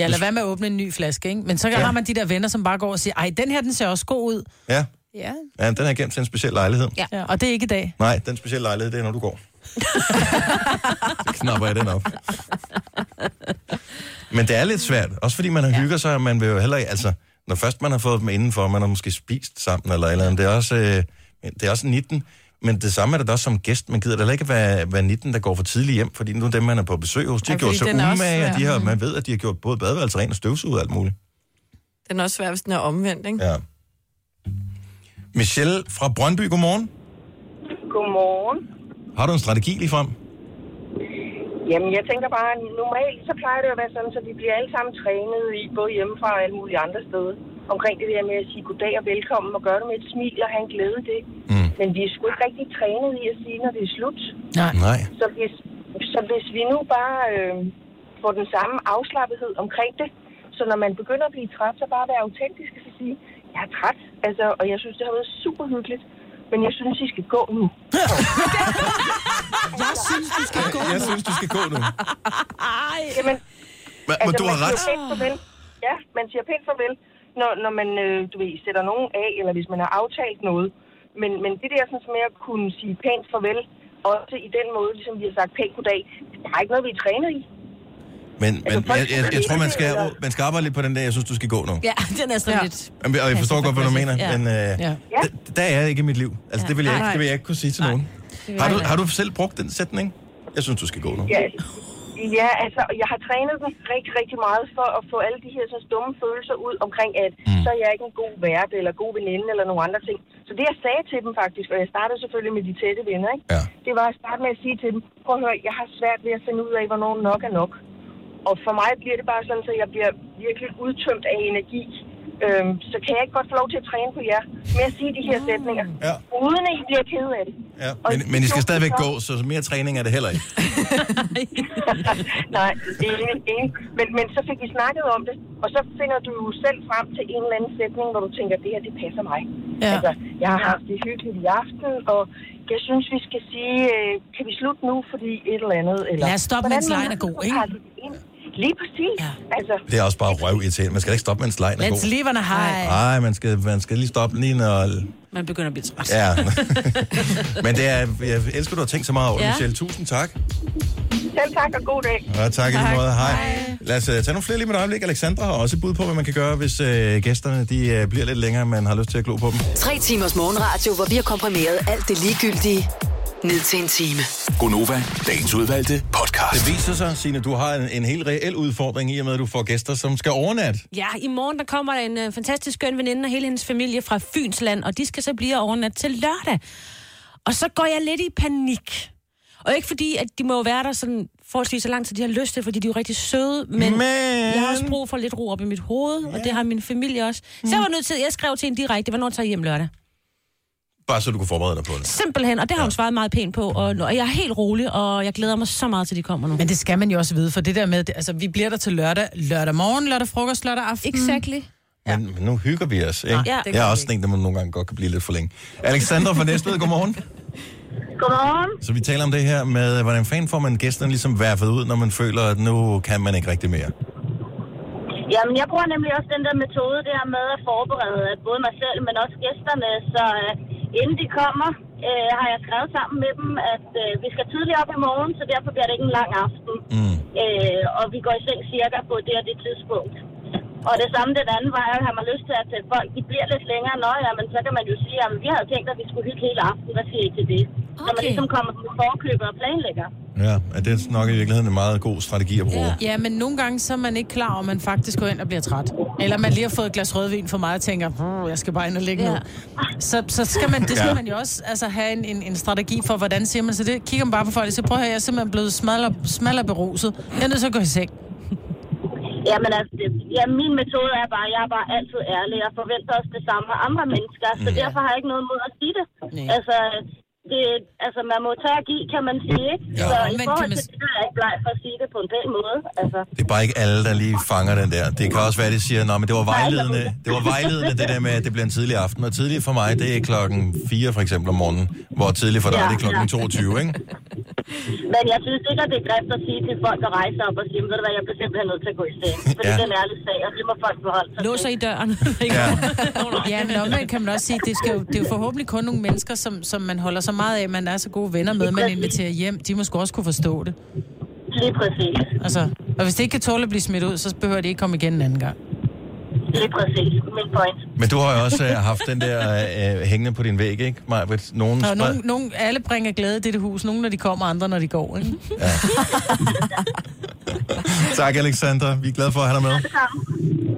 Ja, lad være med at åbne en ny flaske, ikke? Men så
Ja.
ja. har man de der venner, som bare går og siger, ej, den her, den ser også god ud.
Ja.
Ja.
ja, den er gemt til en speciel lejlighed.
Ja.
ja. Og det er ikke i dag.
Nej, den specielle lejlighed, det er, når du går. så knapper jeg den op. Men det er lidt svært, også fordi man hygger sig, og man vil jo heller ikke, altså, når først man har fået dem indenfor, man har måske spist sammen eller et eller andet, det er også, øh, det er også 19. Men det samme er det da også som gæst. Man gider da heller ikke være, være 19, der går for tidligt hjem, fordi nu dem, man er på besøg hos, de
Ja,
har gjort
fordi
sig
den er også
umage, og de
svær.
har, man ved, at de har gjort både badeværelset rent og støvsuget og alt muligt.
Den er også svær, hvis den er omvendt, ikke?
Ja. Michelle fra Brøndby, godmorgen.
Godmorgen.
Har du en strategi lige frem?
Jamen, jeg tænker bare, normalt så plejer det jo at være sådan, så vi bliver alle sammen trænet i, både hjemmefra og alle mulige andre steder, omkring det der med at sige goddag og velkommen, og gøre det med et smil og have en glæde i det. Mm. Men vi er sgu ikke rigtig trænet i at sige, når det er slut.
Nej. Nej.
Så hvis, så hvis vi nu bare øh, får den samme afslappethed omkring det, så når man begynder at blive træt, så bare være autentisk og så sige, jeg er træt, altså, og jeg synes, det har været super hyggeligt, men jeg synes, I skal gå nu. jeg synes, du skal gå
Jeg synes, du skal gå nu.
Jamen, altså,
Men, men du har
man
ret.
siger pænt farvel. Ja, man siger pænt farvel, når, når man øh, du ved, sætter nogen af, eller hvis man har aftalt noget. Men, men det der sådan, med at kunne sige pænt farvel, også i den måde, ligesom vi har sagt pænt goddag, det er bare ikke noget, vi er trænet i.
Men, men
folk
jeg, jeg, jeg
skal
tror, man
ikke,
skal,
Altså, eller-
man skal arbejde lidt på den der, jeg synes, du skal gå nu.
Ja, den er sådan ja. lidt...
Jamen, Og jeg forstår godt, hvad du mener,
Ja.
men øh,
Ja.
d- der er jeg ikke i mit liv. Altså, det vil jeg,
Nej.
ikke, det vil jeg ikke kunne sige til nogen.
vil
Har
jeg
du,
heller
har du selv brugt den sætning? Jeg synes, du skal gå nu.
Ja, ja altså, jeg har trænet den rigtig, rigtig meget for at få alle de her så dumme følelser ud omkring, at mm. så er jeg ikke en god vært, eller god veninde, eller nogle andre ting. Så det, jeg sagde til dem faktisk, og jeg startede selvfølgelig med de tætte venner, ikke?
Ja.
det var at starte med at sige til dem, prøv at høre, jeg har svært ved at finde ud af, hvornår nok er nok. Og for mig bliver det bare sådan, at jeg bliver virkelig udtømt af energi. Øhm, så kan jeg ikke godt få lov til at træne på jer med at sige de her sætninger,
ja.
uden at I bliver ked af det.
Ja. Men, men I skal stadigvæk gå, så mere træning er det heller ikke.
Nej, enig, enig. Men, men så fik vi snakket om det, og så finder du jo selv frem til en eller anden sætning, hvor du tænker, det her, det passer mig.
Ja.
Altså, jeg har haft det hyggeligt i aften, og jeg synes, vi skal sige, øh, kan vi slutte nu, fordi et eller andet... Eller,
Lad os stoppe,
Hvordan
mens
man
lejen er god, ikke?
har det ind. Lige præcis. Ja. Altså,
Det er også bare røv irriterende. Man skal da ikke stoppe, mens lejen er
Mens
god.
liverne hej.
Nej, man skal, man skal lige stoppe lige når...
Man begynder at blive træt.
Ja. Men det er, jeg elsker, du har tænkt så meget over det,
Ja.
Michelle. Tusind tak.
selv tak, og god dag.
Ja, tak i lige måde. Hej. Lad os uh, tage nogle flere lige med et øjeblik. Alexandra har også et bud på, hvad man kan gøre, hvis uh, gæsterne de, uh, bliver lidt længere, man har lyst til at glo på dem.
Tre timers morgenradio, hvor vi har komprimeret alt det ligegyldige ned til en time.
Gonova, dagens udvalgte podcast. Det viser sig, Signe, du har en, en helt reel udfordring i og med, at du får gæster, som skal overnatte.
Ja, i morgen der kommer der en øh, fantastisk skøn veninde og hele hendes familie fra Fynsland, og de skal så blive overnat til lørdag. Og så går jeg lidt i panik. Og ikke fordi, at de må jo være der sådan forholdsvis så langt, så de har lyst til, fordi de er jo rigtig søde, men,
Men-
jeg har også brug for lidt ro op i mit hoved, og det har min familie også. Så jeg var nødt til, jeg skrev til hende direkte, hvornår tager I hjem lørdag?
Bare så du kunne forberede dig på det.
Simpelthen, og det har hun svaret meget pænt på, og, og jeg er helt rolig, og jeg glæder mig så meget til, de kommer nu.
Men det skal man jo også vide, for det der med, det- altså vi bliver der til lørdag, lørdag morgen, lørdag frokost, lørdag aften.
Exactly.
Ja. Men, men nu hygger vi os, ikke?
Ja, det kan
jeg er
vi
også sådan en, der nogle gange godt kan blive lidt for længe. Alexandra fra Næstved, godmorgen.
Godmorgen.
Så vi taler om det her med, øh, hvordan fanden får man gæsterne ligesom værfet ud, når man føler, at nu kan man ikke rigtig mere.
Jamen, jeg bruger nemlig også den der metode der med at forberede øh, både mig selv, men også gæsterne. Så øh, inden de kommer, øh, har jeg skrevet sammen med dem, at øh, vi skal tidligt op i morgen, så derfor bliver det ikke en lang aften. Mm. Øh, og vi går i seng cirka på det og det tidspunkt. Og det samme den anden vej, har man lyst til at tage folk, de bliver lidt længere. Nå ja, men så kan man jo sige, at vi havde tænkt, at vi skulle hygge hele aften. Hvad siger I til det? Okay. Så man ligesom kommer på forkøbet og planlægger.
Ja, at det er nok i virkeligheden en meget god strategi at bruge.
Ja. ja, men nogle gange så er man ikke klar, om man faktisk går ind og bliver træt. Eller man lige har fået et glas rødvin for meget og tænker, "Brr, jeg skal bare ind og ligge ja. nu. Så, så skal man, det skal ja.
Ja.
man jo også altså, have en, en, en, strategi for, hvordan siger man så det. Kigger man bare på folk og siger, prøv at høre, jeg er simpelthen blevet smal smaller beruset. Jeg er nødt til at gå i seng.
Ja, men altså, det- ja, min metode er bare, jeg er bare altid ærlig. Jeg forventer også det samme af andre mennesker, så
Mm.
derfor har jeg ikke noget mod at sige det. Altså, det, altså, man må tage og give, kan man sige, ikke?
Ja.
Så i
Omvendt
forhold
kan man
til det, der er jeg ikke bleg for at sige det på en pæn måde. Altså,
Det er bare ikke alle, der lige fanger den der. Det kan også være, at de siger, at det var vejledende, det var vejledende det der med, at det bliver en tidlig aften. Og tidlig for mig, det er klokken 4 for eksempel om morgenen, hvor tidlig for dig,
Ja,
det er klokken
ja.
22, ikke?
men jeg synes ikke, at det er grimt at sige til folk at rejse op og sige, ved du hvad, jeg bliver simpelthen nødt til at gå i seng. Fordi
Ja.
ja. det er en ærlig sag, og det må folk forholde sig
Låser i døren.
Ja.
Ja, men omvendt kan man også sige, det, skal jo, det er jo forhåbentlig kun nogle mennesker, som, som man holder så meget af, man er så gode venner med, man inviterer hjem. De må sgu også kunne forstå det.
Lige præcis.
Altså, og hvis det ikke kan tåle at blive smidt ud, så behøver de ikke komme igen en anden gang.
Lige præcis. Min point.
Men du har jo også øh, haft den der øh, hængende på din væg, ikke, Majbrit? Nogen
Og
spred...
nogen, nogen, alle bringer glæde i dette hus. Nogle, når de kommer, andre, når de går. Ikke?
Tak, Alexandra. Vi er glade for at have dig med.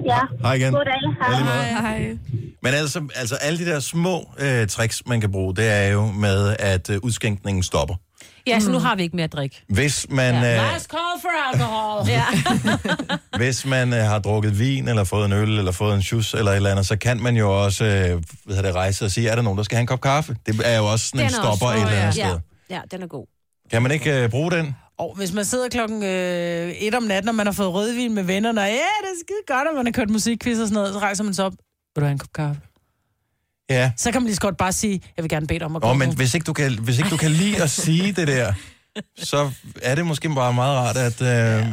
Ja.
Hej igen.
God dag.
Ja, lige måde.
Hej.
Men altså, altså alle de der små øh, tricks, man kan bruge, det er jo med, at øh, udskænkningen stopper.
Ja, så nu
Mm.
har vi ikke mere at drikke.
Hvis man,
ja.
øh,
Nice call for alcohol. ja.
hvis man øh, har drukket vin, eller fået en øl, eller fået en shoes, eller et eller andet, så kan man jo også øh, hvad hedder det, rejse og sige, er der nogen, der skal have en kop kaffe? Det er jo også sådan en
Den er
stopper
også-
et eller andet
ja.
sted.
Ja, den er god.
Kan man ikke øh, bruge den?
Og hvis man sidder klokken øh, et om natten, og man har fået rødvin med vennerne, og ja, det er skide godt, og man har kørt musikquiz og sådan noget, så rejser man sig op. Vil du have en kop kaffe?
Ja.
Så kan man lige så godt bare sige, jeg vil gerne bede dig om at gå.
Nå, men
nu."
hvis ikke, du kan, hvis ikke du kan lide at sige det der, så er det måske bare meget rart, at... Øh,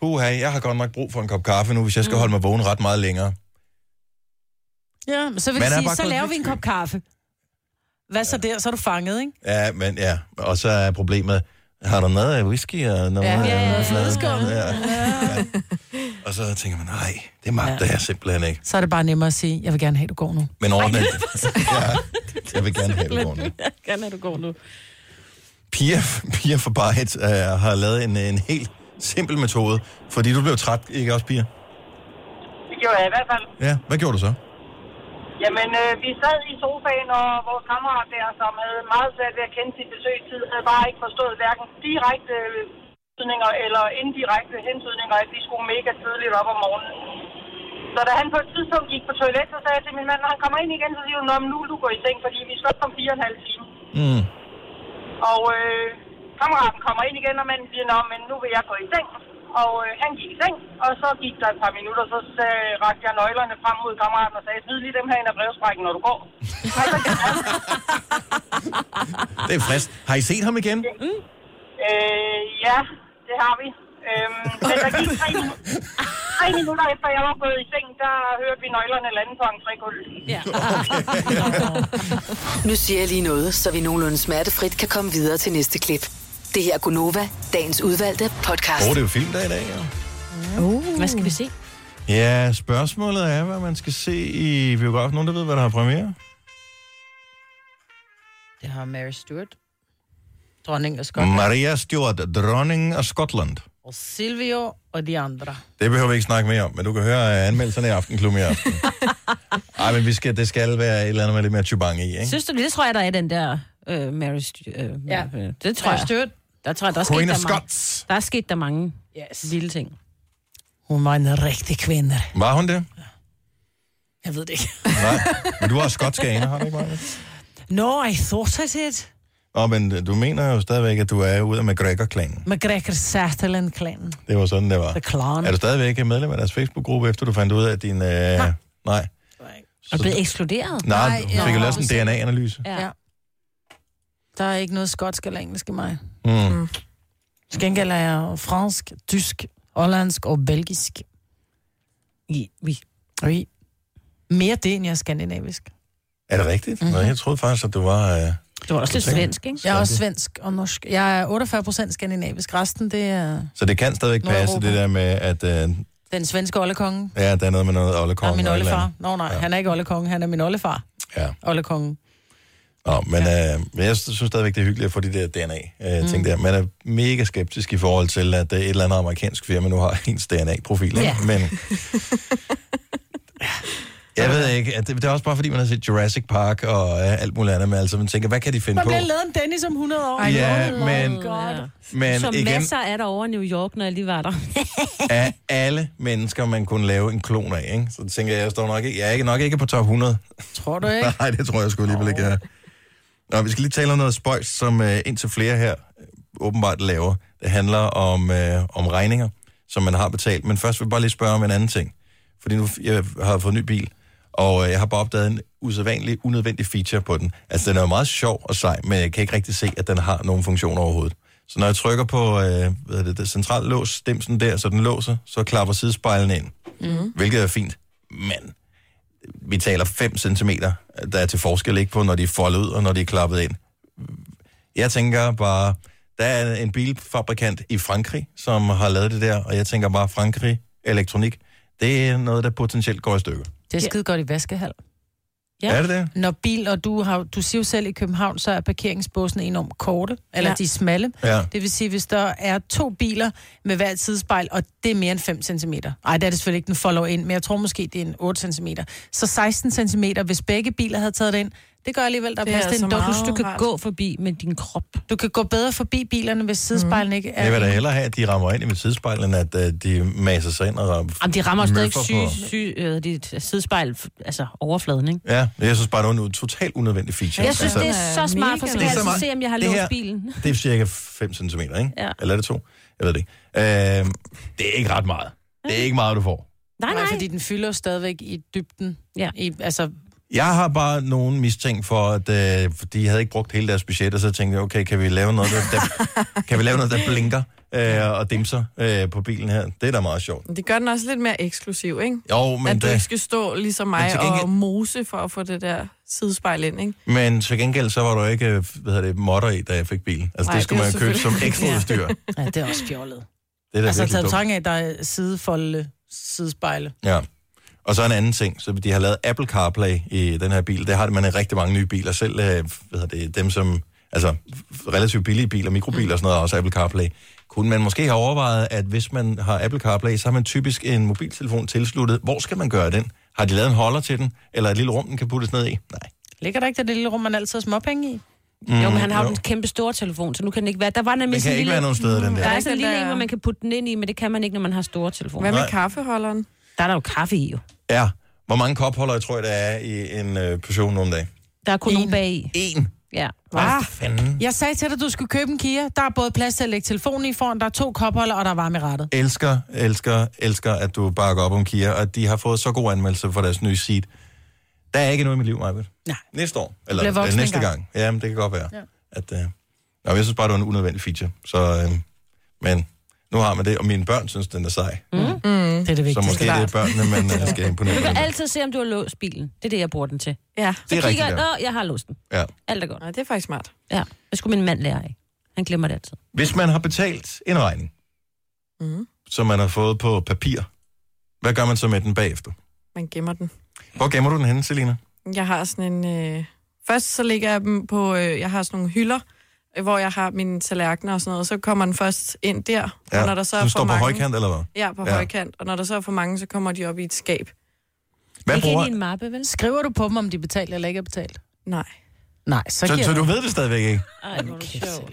puha, jeg har godt nok brug for en kop kaffe nu, hvis jeg skal holde mig vågen ret meget længere.
Ja, men så vil
Man
jeg
er
sige,
bare
så
gået
laver vi
lidt
en kop kaffe. Hvad så der? Så er du fanget, ikke?
Ja, men ja. Og så er problemet, har du noget af whisky og noget? øh,
Ja, ja, ja,
noget-
flødeskum.
Ja. Ja. Og så tænker man, nej, det magter jeg simpelthen ikke.
Så er det bare nemmere at sige, jeg vil gerne have, at du går nu.
Men ordentligt. ja, jeg vil gerne have det ordentligt.
Jeg vil gerne have, du går nu.
Pia, Pia for Byte øh, har lavet en, en helt simpel metode, fordi du blev træt, ikke også, Pia?
Det gjorde jeg i hvert fald.
Ja, hvad gjorde du så?
Jamen, øh, vi sad i sofaen, og vores kammerat der, som havde meget svært ved at kende sin besøgstid, havde bare ikke forstået hverken direkte øh, hentydninger eller indirekte hentydninger, at vi skulle mega tidligt op om morgenen. Så da han på et tidspunkt gik på toilet, så sagde jeg til min mand, når han kommer ind igen, så siger hun, "Nå, men nu er du går i seng, fordi vi skal op om fire og en halv time.
Mm.
Og øh, kammeraten kommer ind igen, og man siger, Nå, men nu vil jeg gå i seng. Og øh, han gik i seng, og så gik der et par minutter, så øh, rakte jeg nøglerne frem mod kammeraten og sagde, smid lige dem her ind af brevsprækken, når du går.
Det er frisk. Har I set ham igen?
Mm. Øh, ja, det har vi. Øhm, men der gik tre, minu- tre minutter efter, jeg var gået i seng, der hørte vi nøglerne lande på en trækul. Ja.
Nu siger jeg lige noget, så vi nogenlunde smertefrit kan komme videre til næste klip. Det her er Gunova, dagens udvalgte podcast.
Åh, oh, det er jo filmdag i dag, ja.
Uh. Hvad skal vi se?
Ja, spørgsmålet er, hvad man skal se i biografen. Nogen, der ved, hvad der har premiere?
Det har Mary Stewart, dronning af Skotland,
Maria Stewart, dronning af Skotland.
og Silvio og de andre.
Det behøver vi ikke snakke mere om, men du kan høre øh, anmeldelserne i Aftenklubben i aften. Ej, men vi skal, det skal være et eller andet med lidt mere chubang i, ikke?
Synes du, det tror jeg, der er den der øh, Mary Stu- øh,
Ja.
øh, Det tror
Mary
jeg.
Stewart.
Der tror jeg, der er
Queen
sket
of
der mange, der er sket der mange yes. vilde ting.
Hun var en rigtig kvinde.
Var hun det?
Jeg ved det ikke.
Nej, men du har skotske aner, har du ikke, Maja?
No, I thought I did.
Nå, men øh, du mener jo stadigvæk, at du er ud af McGregor-klanen.
McGregor Sutherland-klanen.
Det var sådan, det var.
The Clan.
Er du stadigvæk medlem af deres Facebook-gruppe, efter du fandt ud af at din... Øh... Nej. Nej.
Er du blevet ekskluderet?
Nej, du fik jo lavet
nå.
sådan en DNA-analyse.
Ja. ja.
Der er ikke noget skotsk eller engelsk i mig.
Mm.
Til gengæld er jeg fransk, tysk, hollandsk og belgisk.
I, vi.
Oui. Mere det, end jeg er skandinavisk.
Er det rigtigt? Mm-hmm. Nå, jeg troede faktisk, at du var... Øh...
Du var også lidt
Tænk.
svensk, ikke?
Jeg er også svensk og norsk. Jeg er 48 procent skandinavisk. Resten, det er
Så det kan stadigvæk passe,
Nordeuropa.
det der med, at øh,
den svenske oldekonge.
ja, der er noget med noget
Og
oldekonge.
min
og et eller
oldefar.
andet.
Nå nej, han er ikke oldekonge, han er min oldefar.
Ja.
Oldekongen.
Nå, men, øh, men jeg synes stadigvæk, det er hyggeligt at få de der DNA-ting
Mm.
øh, der. Man er mega skeptisk i forhold til, at øh, et eller andet amerikansk firma nu har ens DNA-profil. ikke?
Ja.
Men jeg ved ikke, at det, det er også bare fordi, man har set Jurassic Park og øh, alt muligt andet. Men altså, man tænker, hvad kan de finde
Der
på?
bliver lavet en Dennis om 100 år.
Ej, Ja,
oh
men-
my God.
Men
Som
igen,
masser er der over i New York, når jeg lige var der.
af alle mennesker, man kunne lave en klon af, ikke? så tænker jeg, jeg står nok ikke, jeg er ikke nok ikke på top 100.
Tror du ikke?
Nej, det tror jeg sgu alligevel ikke. jeg er. Nå, vi skal lige tale om noget spøjs, som øh, indtil flere her øh, åbenbart laver. Det handler om, øh, om regninger, som man har betalt. Men først vil jeg bare lige spørge om en anden ting. Fordi nu f- jeg har fået en ny bil, og øh, jeg har bare opdaget en usædvanlig, unødvendig feature på den. Altså, den er jo meget sjov og sej, men jeg kan ikke rigtig se, at den har nogen funktion overhovedet. Så når jeg trykker på øh, hvad hedder det, det centrale lås, stemsen der, så den låser, så klapper sidespejlene ind. Mm. Hvilket er fint. Men vi taler 5 cm, der er til forskel ikke på, når de er foldet ud og når de er klappet ind. Jeg tænker bare, der er en bilfabrikant i Frankrig, som har lavet det der, og jeg tænker bare, Frankrig elektronik, det er noget, der potentielt går i stykker.
Det er skide godt i vaskehal.
Ja. Er det det?
Når bil, og du, har, du siger jo selv, i København, så er parkeringsbåsene enormt korte, eller
Ja.
ja. de er smalle.
Ja.
Det vil sige, hvis der er to biler med hver et sidespejl, og det er mere end 5 cm. Ej, det er det selvfølgelig ikke, den folder ind, men jeg tror måske, det er en 8 cm. Så 16 cm, hvis begge biler havde taget det ind, det gør alligevel, der er
Det
plads
er
til en
altså
dobbelt.
meget
Du kan
rart.
gå forbi med din krop. Du kan gå bedre forbi bilerne, hvis sidespejlene mm. ikke er...
Jeg vil da hellere have, at de rammer ind i mit sidespejl, end at øh, de maser sig ind og rammer.
Jamen, de rammer stadig
møffer
syge,
på-
syge, øh, dit sidespejl, f- altså overfladen, ikke?
Ja, jeg synes bare, det er en totalt unødvendig feature.
Jeg synes, det er så smart, for så kan
Det er
jeg
så
altid
meget-
se, om jeg har
det her-
låst bilen.
Det er cirka 5 cm, ikke?
Ja.
Eller er det to? Jeg ved det ikke. Øh, det er ikke ret meget. Det er ikke meget, du får.
Nej, nej. fordi den fylder jo stadigvæk i dybden. Ja. I, altså,
Jeg har bare nogen mistænkt for, at øh, for de havde ikke brugt hele deres budget, og så tænkte jeg, okay, kan vi lave noget, der, der, kan vi lave noget, der blinker øh, og dimser øh, på bilen her? Det er da meget sjovt.
Det gør den også lidt mere eksklusiv, ikke?
Jo, men
At du
da-
ikke skal stå ligesom mig
til
gengæld...
gengæld-
og mose for at få det der sidespejl ind, ikke?
Men til gengæld, så var der jo ikke, øh, hvad hedder det, modder i, da jeg fik bilen. Altså, Nej,
Nej,
det skulle
det
man jo
er
købe som
selvfølgelig-
ekstra udstyr. Det
ja, det er også fjollet.
er da
altså,
virkelig
taget
dumt.
trang af, der er sidefolde, sidespejle.
Ja. Og så en anden ting, så de har lavet Apple CarPlay i den her bil. Det har man i rigtig mange nye biler, selv øh, hvad hedder det, dem som, altså f- relativt billige biler, mikrobiler og sådan noget, har også Apple CarPlay. Kunne man måske have overvejet, at hvis man har Apple CarPlay, så har man typisk en mobiltelefon tilsluttet. Hvor skal man gøre den? Har de lavet en holder til den? Eller et lille rum, den kan puttes ned i? Nej.
Ligger der ikke det lille rum, man altid har småpenge i?
Mm,
jo, men han har jo
jo.
den kæmpe store telefon, så nu kan den ikke være... Der var
Den
nemlig sådan
kan
en
ikke
lille...
være nogen steder, den der.
Der er sådan en
Den
lille
der-
en, hvor man kan putte den ind i, men det kan man ikke, når man har store telefoner.
Hvad med kaffeholderen?
Der er der jo kaffe i, jo.
Ja. Hvor mange kopholder, tror jeg, der er i en øh, Peugeot nogle dage?
Der er kun nogen bag i.
En.
Ja.
Hvad fanden?
Jeg sagde til dig, at du skulle købe en Kia. Der er både plads til at lægge telefonen i foran, der er to kopholder, og der er varme i rettet.
elsker, elsker, elsker, at du bakker op om Kia, og de har fået så god anmeldelse for deres nye seat. Der er ikke noget i mit liv, Majbet.
Nej.
Næste år.
bliver
Eller
voksen
øh, næste
engang.
gang. Ja, men det kan godt være. Ja.
Ja.
At, øh... Nå, men jeg synes bare, det var en unødvendig feature. Så, øh... men nu har man det, og mine børn synes, den er sej.
Mm.
Mm. Det er det
så
vigtigste.
måske det er børnene, man øh, skal imponere.
Du
med.
kan altid se, om du har låst bilen. Det er det, jeg bruger den til.
Ja.
Så
Det er rigtigt,
kigger jeg, Nå,
ja.
jeg har låst den.
Ja.
Alt er godt.
Nej, det er faktisk smart.
Ja. Det skulle min mand lære af. Han glemmer det altid.
Hvis man har betalt en regning,
Mm.
som man har fået på papir, hvad gør man så med den bagefter?
Man gemmer den.
Hvor gemmer du den henne, Selina?
Jeg har sådan en... Øh... Først så ligger jeg dem på... Øh... Jeg har sådan nogle hylder, øh, hvor jeg har mine tallerkener og sådan noget, og så kommer den først ind der. og når der så er
den
for
står på
mange...
højkant, eller hvad?
Ja, på ja. højkant. Og når der så er for mange, så kommer de op i et skab.
Hvad bruger...
en
mappe, vel?
Skriver du på dem, om de er betalt eller ikke er betalt?
Nej.
Nej, så,
Så,
giver
så
det-
du ved det stadigvæk ikke?
Ej, hvor er du sjov.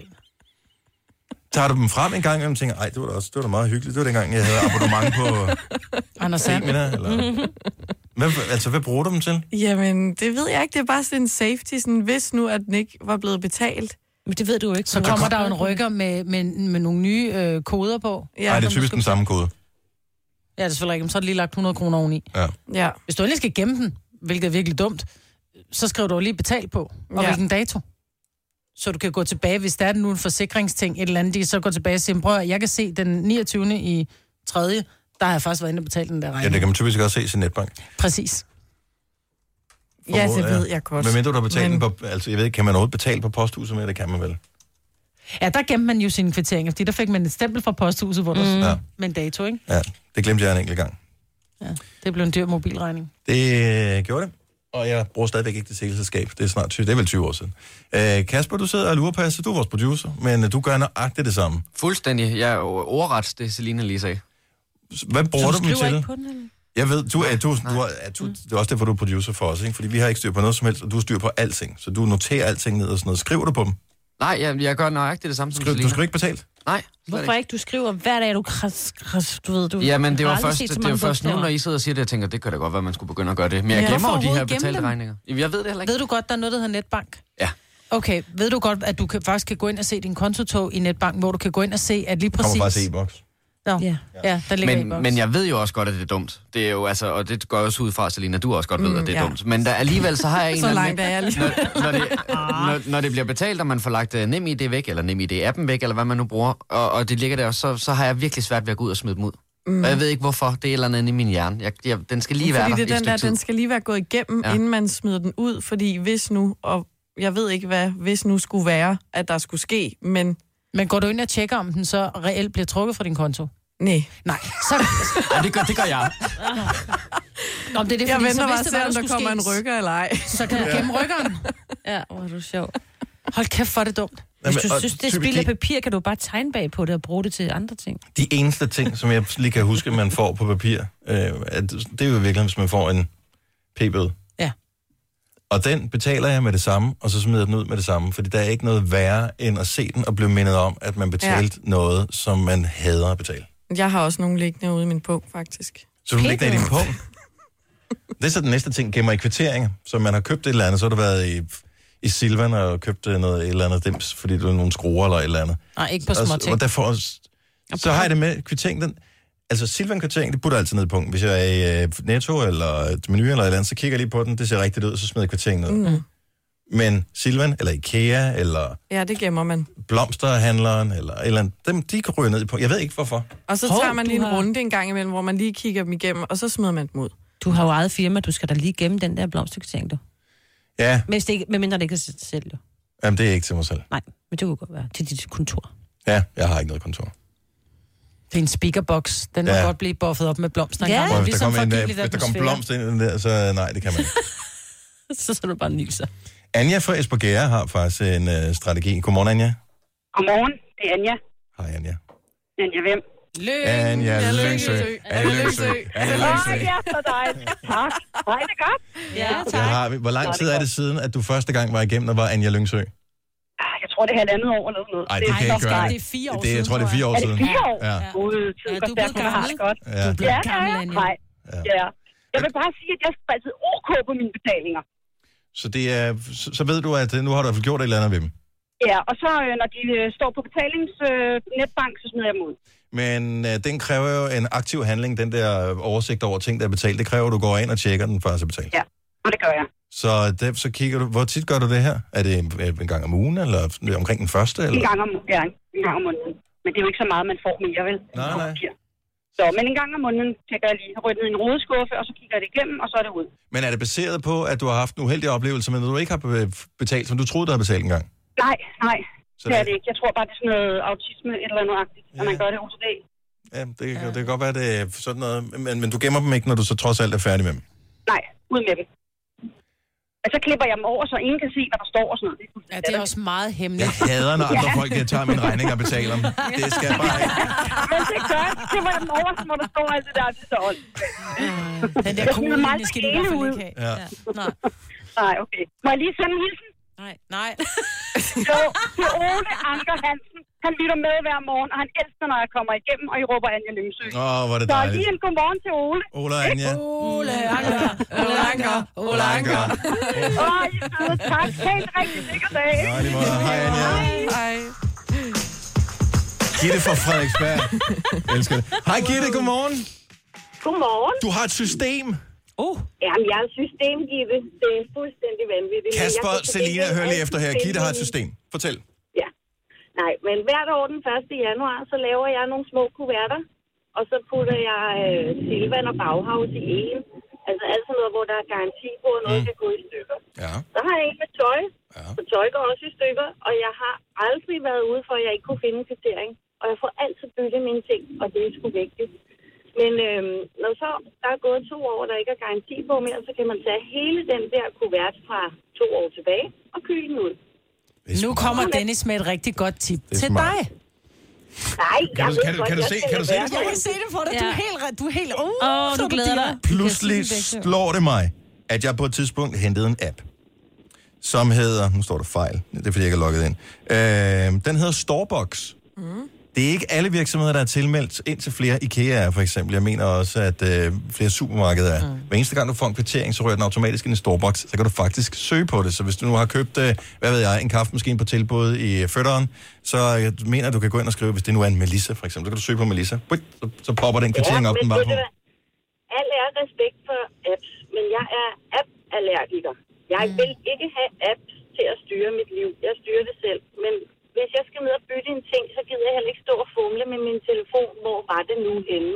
tager du dem frem en gang, og tænker, ej, det var da også det var da meget hyggeligt. Det var dengang, jeg havde abonnement på
Anders Sand.
Femina. Eller... Hvad, altså, hvad bruger du dem til?
Jamen, det ved jeg ikke. Det er bare sådan en safety, sådan, hvis nu, at den ikke var blevet betalt.
Men det ved du jo ikke.
så kommer der jo en rykker med, med, med nogle nye øh, koder på.
Ja, ej, det er typisk den samme kode.
Ja, det er selvfølgelig ikke. Men Så har du lige lagt 100 kroner oveni.
Ja.
Ja.
Hvis du endelig skal gemme den, hvilket er virkelig dumt, så skriver du jo lige betalt på. Og
Ja.
ja. hvilken dato? Så du kan gå tilbage, hvis der er nu en forsikringsting, et eller andet, de kan så gå tilbage og sige, prøv at høre, jeg kan se den 29. i 3. Der har jeg faktisk været inde og betalt den der regning.
Ja, det kan man typisk også se i sin netbank.
Præcis.
Ja, det ved jeg godt.
Men mindre du har betalt
Men-
men... på... Altså, jeg ved ikke, kan man overhovedet betale på posthuset med? Det kan man vel.
Ja, der gemte man jo sine kvitteringer, fordi der fik man et stempel fra posthuset, hvor der
Mm. Ja.
mm. med en dato, ikke?
Ja, det glemte jeg en enkelt gang.
Ja. Det blev en dyr mobilregning.
Det øh, gjorde det. Og jeg bruger stadigvæk ikke det teleselskab. Det er snart 20, det er vel 20 år siden. Øh, Kasper, du sidder og lurer på, altså, du er vores producer, men øh, du gør nøjagtigt det samme.
Fuldstændig. Jeg er o- ordret, det Selina lige sagde.
Hvad bruger du dem til?
den,
Jeg ved, du er, du, du, er, er- du, det er også derfor, du er producer for os, ikke? fordi vi har ikke styr på noget som helst, og du har styr på alting. Så du noterer alting ned og sådan noget. Skriver du på dem?
Nej, jeg, jeg gør nøjagtigt det samme som
Skriv,
Selina.
du skriver ikke betalt?
Nej. slet
Hvorfor ikke? Du skriver hver dag, du kras, kras, du ved, du...
Ja, men det
Jeg har
var
aldrig
først,
set så
det
mange
var først nu,
bogstaver.
når I sidder og siger det, jeg tænker, det kan da godt være, man skulle begynde at gøre det. Men jeg
Ja.
gemmer jo
Hvorfor
de her
overhovedet gemme
betalte
dem?
regninger. Jamen, Jeg ved det heller ikke.
Ved du godt, der er noget, der hedder netbank?
Ja.
Okay, ved du godt, at du kan, faktisk kan gå ind og se din kontotog i netbank, hvor du kan gå ind og se, at lige præcis...
Kommer faktisk
i boks.
Nå. Ja. ja, der ligger
men,
e-boks.
men jeg ved jo også godt, at det er dumt. Det er jo altså, og det går jeg også ud fra, Selina, du også godt ved,
Mm,
at det er
ja.
dumt. Men der, alligevel så har jeg en
Så
eller anden-
langt er jeg lige.
Når, når, det,
Ah.
når, når det bliver betalt, og man får lagt nem idé væk, eller nem idé appen væk, eller hvad man nu bruger, og, og det ligger der også, så, så har jeg virkelig svært ved at gå ud og smide dem ud.
Mm.
Mm. Og jeg ved ikke hvorfor, det er et eller andet inde i min hjerne. Jeg, jeg, den skal lige være
fordi
der
det
i
er
et
den der,
stykke tid.
den skal lige være gået igennem,
Ja.
ja. inden man smider den ud, fordi hvis nu, og jeg ved ikke, hvad hvis nu skulle være, at der skulle ske, men...
Men går du ind og tjekker, om den så reelt bliver trukket fra din konto?
Nej.
Nej, så...
ja, det gør, det gør jeg.
Nå, men det er det,
Jeg
fordi,
venter
så
bare
vidste
og
hvad
ser, om
skulle
der kommer en
ske.
rykker eller ej.
Så kan du
Ja.
gemme rykkeren.
Ja, hvor er du sjov.
Hold kæft, hvor er det dumt.
Hvis
Jamen,
du
og
synes, det er
typisk-
spild af papir, kan du bare tegne bag på det og bruge det til andre ting.
De eneste ting, som jeg lige kan huske, man får på papir, øh, at det er jo virkelig, hvis man får en p-bøde.
Ja.
Og den betaler jeg med det samme, og så smider jeg den ud med det samme, fordi der er ikke noget værre end at se den og blive mindet om, at man betalte ja. noget, som man hader at betale.
Jeg har også nogle liggende ude i min bog, faktisk.
Så du lægger den i din pung. Det er så den næste ting, gemmer i kvitteringer. Så man har købt et eller andet, så har du været i, i Silvan og købt øh, noget et eller andet dims, fordi du har nogle skruer eller et eller andet.
Nej, ikke på
Og-
små
Og
ting.
Altså, der får, så har jeg det med kvitteringen. Den, altså Silvan kvittering, det putter jeg altid ned i punkten. Hvis jeg er i øh, Netto eller et menu eller et eller andet, så kigger jeg lige på den, det ser rigtigt ud, så smider jeg kvitteringen ned.
Mm.
Men Silvan, eller Ikea, eller
Ja, det gemmer man.
blomsterhandleren, eller, et eller andet, dem, de kan ryge ned i punkten. Jeg ved ikke hvorfor.
Og så
Hov,
tager man
du
lige en
har-
runde en gang imellem, hvor man lige kigger dem igennem, og så smider man dem ud.
Du har jo eget firma, du skal da lige gemme den der blomsterkvittering, du.
Ja,
Hvis det ikke, medmindre det ikke er til selv, du.
jamen, det er ikke til mig selv.
Nej, men det kunne godt være til dit kontor.
Ja, jeg har ikke noget kontor.
Det er en speakerbox. Den må
Ja.
godt blive buffet op med blomster.
Ja.
engang.
Og hvis der
Ligesom
kommer en,
fra
øh,
Gilde,
hvis der kom
atmosfære.
blomst ind i den der, så øh, nej, det kan man ikke.
Så skal du bare nyser.
Anja fra Esbjerg har faktisk en øh, strategi. Godmorgen, Anja.
Godmorgen, det er Anja.
Hej, Anja.
Anja hvem? Lyngsø.
Anja Lyngsø. Anja Lyngsø. Anja Lyngsø.
Åh, ja, så dejligt. Tak. Hej, det er godt. Ja,
Det har vi. Hvor lang tid er det siden, at du første gang var igennem og var Anja Lyngsø?
Jeg tror, det er halvandet år eller noget.
Ej, det kan
så
ikke gøre
skræk.
det. Det er fire år Det- jeg siden, tror, det er fire tror jeg. år
Er det
siden.
fire år?
Ja.
Ja. Gud, tid ja, du er blevet gammel. Godt.
Ja. Du er blevet
ja, gammel, Anja. Nej. Ja. Jeg vil bare sige, at jeg er altid OK på mine betalinger.
Så, det er, så så ved du, at øh, nu har du i hvert fald gjort et eller andet ved dem.
Ja, og så øh, når de øh, står på betalingsnetbank, så smider jeg dem ud.
Men øh, den kræver jo en aktiv handling, den der øh, oversigt over ting, der er betalt. Det kræver, at du går ind og tjekker den, før så betalt.
Ja, og det gør jeg.
Så, det, så kigger du, hvor tit gør du det her? Er det en, øh, en gang om ugen, eller omkring den første? Eller?
En gang om, ja, en gang om måneden. Men det er jo ikke så meget, man får mere, vel?
Nej, nej.
Så, men en gang om måneden tjekker jeg lige ryddet i en rodeskuffe, og så kigger jeg det igennem, og så er det ud.
Men er det baseret på, at du har haft en uheldig oplevelse, men du ikke har øh, betalt, som du troede, du havde betalt engang?
Nej, nej,
Så
det er det ikke. Jeg tror bare, det er sådan noget autisme, et eller andet agtigt, at man gør det OCD.
Ja, det, ja. det kan godt være, det er sådan noget. Men, men du gemmer dem ikke, når du så trods alt er færdig med dem.
Nej, ud med dem. Og så klipper jeg dem over, så ingen kan se, hvad der står og sådan noget. Det ja, det er også meget
hemmeligt.
Jeg hader, når andre folk jeg tager min regning og betaler dem. Det skal bare ikke.
Men det gør jeg. Klipper jeg dem over, så må der stå alt det der, det er så ondt.
Den der
Jeg smider dem
kuglelinje
aldrig
skal de i hvert
hele
fald
ud.
ikke have. Ja.
Nej. Nej, okay. Må jeg lige sende en hilsen?
Nej, nej.
Jo, det er Ole Anker Hansen. Han lytter med hver morgen, og han elsker, når jeg kommer igennem, og I råber Anja Lyngsø.
Åh, hvor er det
Så
dejligt.
lige en godmorgen til Ole.
Ole og Anja.
Ole Anker. Ole Anker.
Ole Anker.
Åh, I er søde. Tak. Ha' en rigtig sikker dag.
Nej, det må Hej, Anja.
Hej.
Gitte fra Frederiksberg. Jeg elsker det. Hej Gitte, godmorgen.
Godmorgen.
Du har et system.
Oh. Jamen, jeg er en systemgive. Det er fuldstændig vanvittigt. Men jeg
Kasper,
kan til
Selina,
gengæld
hør lige efter her.
altid
Gitte har et
finde
system. Fortæl.
min- Nej, men hvert år den 1. januar, så laver jeg nogle små kuverter, og så putter jeg øh, Silvan og Bauhaus i en. Altså alt sådan noget, hvor der er garanti på, at noget mm. kan gå i stykker.
Ja.
Så har jeg en med tøj, ja. så tøj går også i stykker, og jeg har aldrig været ude for, at jeg ikke kunne finde en kvittering. Og jeg får altid byttet mine ting, og det er sgu vigtigt. Men øhm, når så der er gået to år, der ikke er garanti på mere, så kan man tage hele den der kuvert fra to år tilbage og køle den ud.
Nu kommer Dennis med et rigtig godt tip
er
til
smart.
dig.
Nej,
Kan du- kan du- kan du se- kan du se det for
Jeg
dig?
kan se det for dig. Du er
Ja.
helt ret. Du er helt... Åh,
Åh, du glæder dig.
Pludselig slår det mig, at jeg på et tidspunkt hentede en app, som hedder, nu står der fejl, det er fordi, jeg ikke er logget ind, øh, den hedder Storebox.
Mm.
Det er ikke alle virksomheder, der er tilmeldt ind til flere IKEA er, for eksempel. Jeg mener også, at øh, flere supermarkeder er. Mm. Hver eneste gang, du får en kvittering, så rører den automatisk ind i Storebox. Så kan du faktisk søge på det. Så hvis du nu har købt, øh, hvad ved jeg, en kaffemaskine på tilbud i øh, fødderen, så jeg mener, at du kan gå ind og skrive, hvis det nu er en Melissa, for eksempel. Så kan du søge på Melissa. Buik, Så, så popper den kvittering op.
men
Den bare
ved
på.
du hvad? Al er respekt for apps, men jeg er app-allergiker. Jeg mm. vil ikke have apps til at styre mit liv. Jeg styrer det selv. Men hvis jeg skal ned og bytte en ting, så gider jeg heller ikke stå og fumle med min telefon, hvor var det nu henne.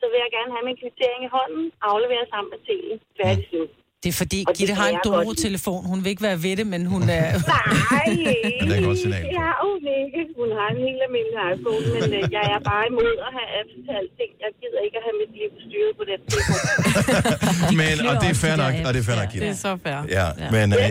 Så vil jeg gerne have min kvittering i hånden, aflevere sammen med telen. Færdig slut.
Det er fordi,
Og det
Gitte
kan
har en
jeg godt
Doro-telefon. Hun vil ikke være ved det, men hun er...
Nej,
Ja, der er godt signal
det har hun ikke. Hun har en helt almindelig iPhone, men øh, jeg er bare imod at have apps til alting. Jeg gider ikke at have mit liv styret på den telefon.
Men, og det er fair nok, og det er fair nok, Gitte.
så fair.
Ja, men øh,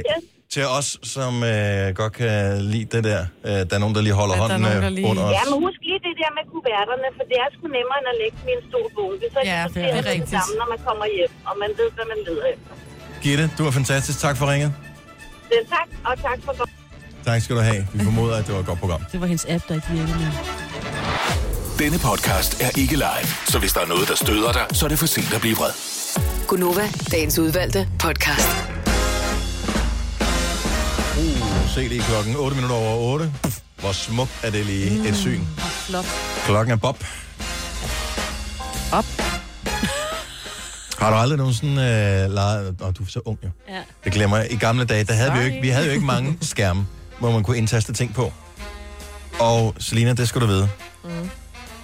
til os, som øh, godt kan lide det der, øh, der er nogen, der lige holder hånden øh, under os.
Ja, men husk lige det der med kuverterne, for det er sgu nemmere end at lægge dem i en stor bunke. Så ja, det er det
rigtigt.
samme, når man kommer hjem, og man ved, hvad man leder efter.
Gitte, du er fantastisk. Tak for ringet.
Så tak, og tak for godt.
Tak skal du have. Vi formoder, at det var et godt program.
Det var hendes app, der ikke virkede mere.
Denne podcast er ikke live, så hvis der er noget, der støder dig, så er det for sent at blive vred.
Gunova, dagens udvalgte podcast.
Uh, se lige klokken 8 minutter over 8. Hvor smukt er det lige et syn.
Flot.
Klokken er bob.
Op.
Har du aldrig nogensinde øh, leget... Nå, du er så ung, jo.
Ja.
Det glemmer jeg. I gamle dage, der havde vi, jo ikke, vi havde jo ikke mange skærme, hvor man kunne indtaste ting på. Og Selina, det skal du vide.
Mm.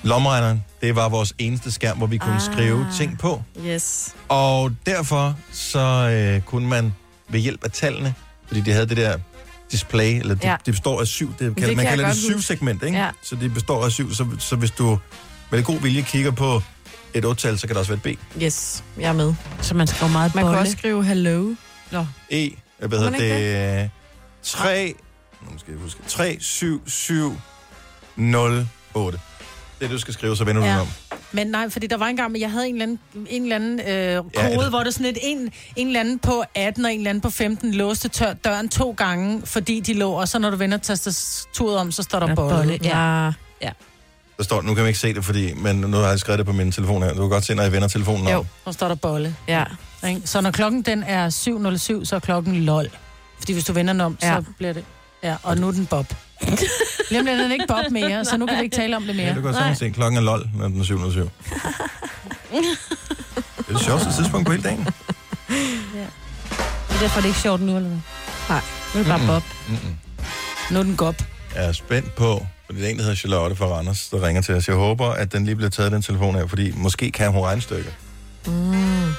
Lommeregneren, det var vores eneste skærm, hvor vi kunne ah. skrive ting på.
Yes.
Og derfor så øh, kunne man ved hjælp af tallene, fordi de havde det der display, eller det, ja.
Ja.
det består af syv, det, kalder,
kan
man
jeg
kalder det
godt huske.
syv segment, ikke?
Ja.
Så det består af syv, så, så hvis du med god vilje kigger på et otte så kan der også være et B.
Yes, jeg er med.
Så man skriver meget
Man
bolle.
kan også skrive hello.
Nå.
E, hvad
Må
hedder
man ikke
det? det? 3, nu skal jeg huske, 3, 7, 7, 0, 8. Det er det, du skal skrive, så vender du
Ja.
den om.
Men nej, fordi der var engang, men jeg havde en eller anden, en eller anden øh, kode, ja,
eller-
hvor der sådan et, en, en eller anden på 18 og en eller anden på 15 låste tør, døren to gange, fordi de lå, og så når du vender tastaturet om, så står der ja, bolle.
bolle, ja.
ja.
Der står, nu kan man ikke se det, fordi, men nu har jeg skrevet det på min telefon her. Du kan godt se, når jeg vender telefonen om.
Og står der bolle.
Ja.
Så når klokken den er 7.07, så er klokken lol. Fordi hvis du vender den om,
Ja.
så bliver det... Ja, og nu er den bob. Lige om lidt er den ikke bob mere, så nu kan vi ikke tale om det mere.
Ja, du kan godt sådan se, klokken er lol, når den er 707. det er det sjoveste tidspunkt på hele dagen.
Det er derfor, det er ikke sjovt nu, eller hvad?
Nej.
Nu er det bare
Mm-mm.
bob.
Mm-mm.
Nu er den gop.
Jeg er spændt på, fordi det er en, der hedder Charlotte fra Randers, der ringer til os. Jeg håber, at den lige bliver taget, den telefon her, fordi måske kan hun regnstykker.
Mm.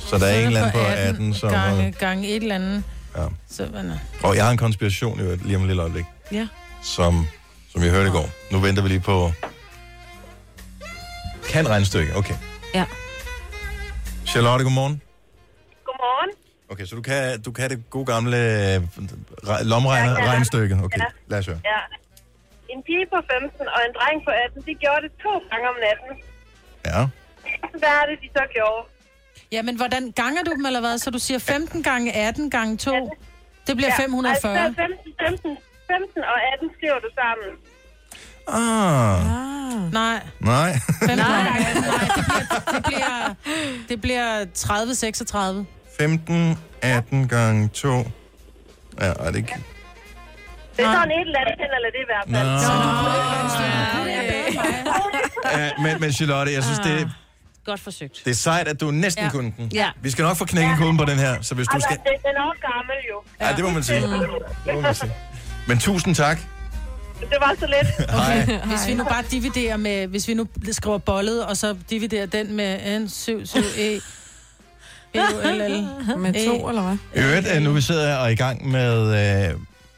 Så der er en eller anden på 18, som...
Gange, gange et eller andet.
Ja.
Så, hvad nå.
Og jeg har en konspiration i øvrigt, lige om et lille øjeblik,
ja.
som, som jeg hørte i går. Nu venter vi lige på... Kan regnstykke, okay.
Ja.
Charlotte, godmorgen.
Godmorgen.
Okay, så du kan, du kan det gode gamle øh, re- lomregner,
Ja, ja.
regnstykke. Okay,
Ja.
lad os høre.
Ja. En pige på 15 og en dreng på 18, de gjorde det to gange om natten.
Ja.
Hvad er det, de så gjorde?
Ja, men hvordan ganger du dem, eller hvad? Så du siger 15 gange 18 gange 2. Det bliver
Ja,
540.
Altså, 15, 15, 15 og 18 skriver du sammen.
Ah,
Nej.
nej.
15 nej, nej, Det bliver, det bliver 30, 36.
15, 18 gange 2. Ja, ej, det er ikke...
Det er sådan et eller andet, eller det i hvert fald.
Nå.
Så-
Ja, men, men Charlotte, jeg synes, det, er-
Godt forsøgt.
det er sejt, at du næsten ja. kunne den.
Ja.
Vi skal nok få knækket koden på den her, så hvis du
Altså,
skal...
det- den er også gammel jo.
Ja, det må man sige.
Mm.
Det må man sige. Men tusind tak.
Det var så let.
Hej.
Hvis vi nu bare dividerer med, hvis vi nu skriver bollet, og så dividerer den med n 7 7 e e l l E.
Med to, eller hvad?
I øvrigt, øh, nu vi sidder her og er i gang med, øh,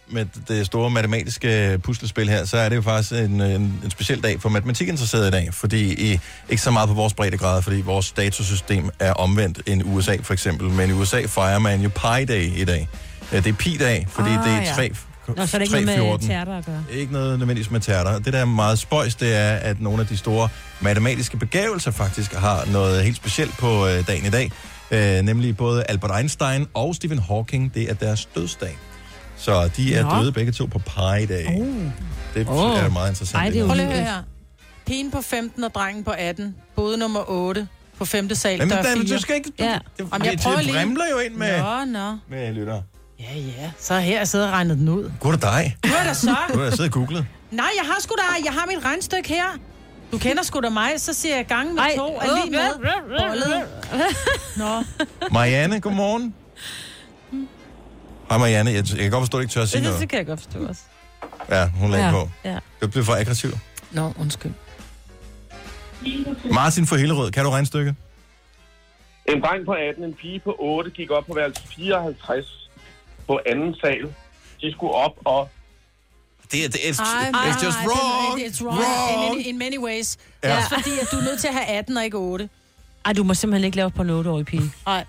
med det store matematiske puslespil her, så er det jo faktisk en, øh, en, en speciel dag for matematikinteresserede i dag, fordi i, ikke så meget på vores breddegrad, fordi vores datasystem er omvendt end USA for eksempel, men i USA fejrer man jo Pi Day i dag. Ja, det er Pi-dag, fordi ah,
Ah,
det er
ja.
3,
Nå, så er det ikke noget med teater at gøre.
ikke noget nødvendigvis med tærter. Det, der er meget spøjs, det er, at nogle af de store matematiske begavelser faktisk har noget helt specielt på øh, dagen i dag. Øh, nemlig både Albert Einstein og Stephen Hawking, det er deres dødsdag. Så de er
Nå.
døde begge to på Pi-dag. Oh. Det
Åh.
er meget interessant.
Ej, det er
her.
Prøv lige at høre her. Pigen på 15 og drengen på 18. Både nummer 8 på 5. sal.
Jamen,
dør
David, du
4.
skal ikke-
ja.
du- det-
Jamen, jeg
det-
prøver
det
lige.
vrimler jo ind med-
Nå, nå.
Med lytter.
Ja, ja. Så her jeg sidder og regnet den ud.
God dig.
Hvad er der så?
Du har da siddet og googlet.
Nej, jeg har sgu da, jeg har mit regnstykke her. Du kender sgu da mig, så siger jeg gange med
Ej,
to er lige med. Bollet. Nå.
Marianne, godmorgen. Hej Marianne, jeg, jeg kan godt forstå, at du ikke tør at sige
Det, det
noget.
kan jeg godt forstå også.
Ja, hun lagde ja. på.
Ja.
Du blev for aggressiv.
Nå, undskyld.
Martin fra Hillerød, kan du regnstykket?
En dreng på 18, en pige på 8, gik op på værelse 54 på anden sal. De skulle op og...
Det, det,
Ej, nej, nej, det er- It's wrong. In, in, in many ways.
Ja.
Ja. Også fordi, at du er nødt til at have 18 og ikke 8.
Ej, du må simpelthen ikke lave på en 8-årig pige.
Nej.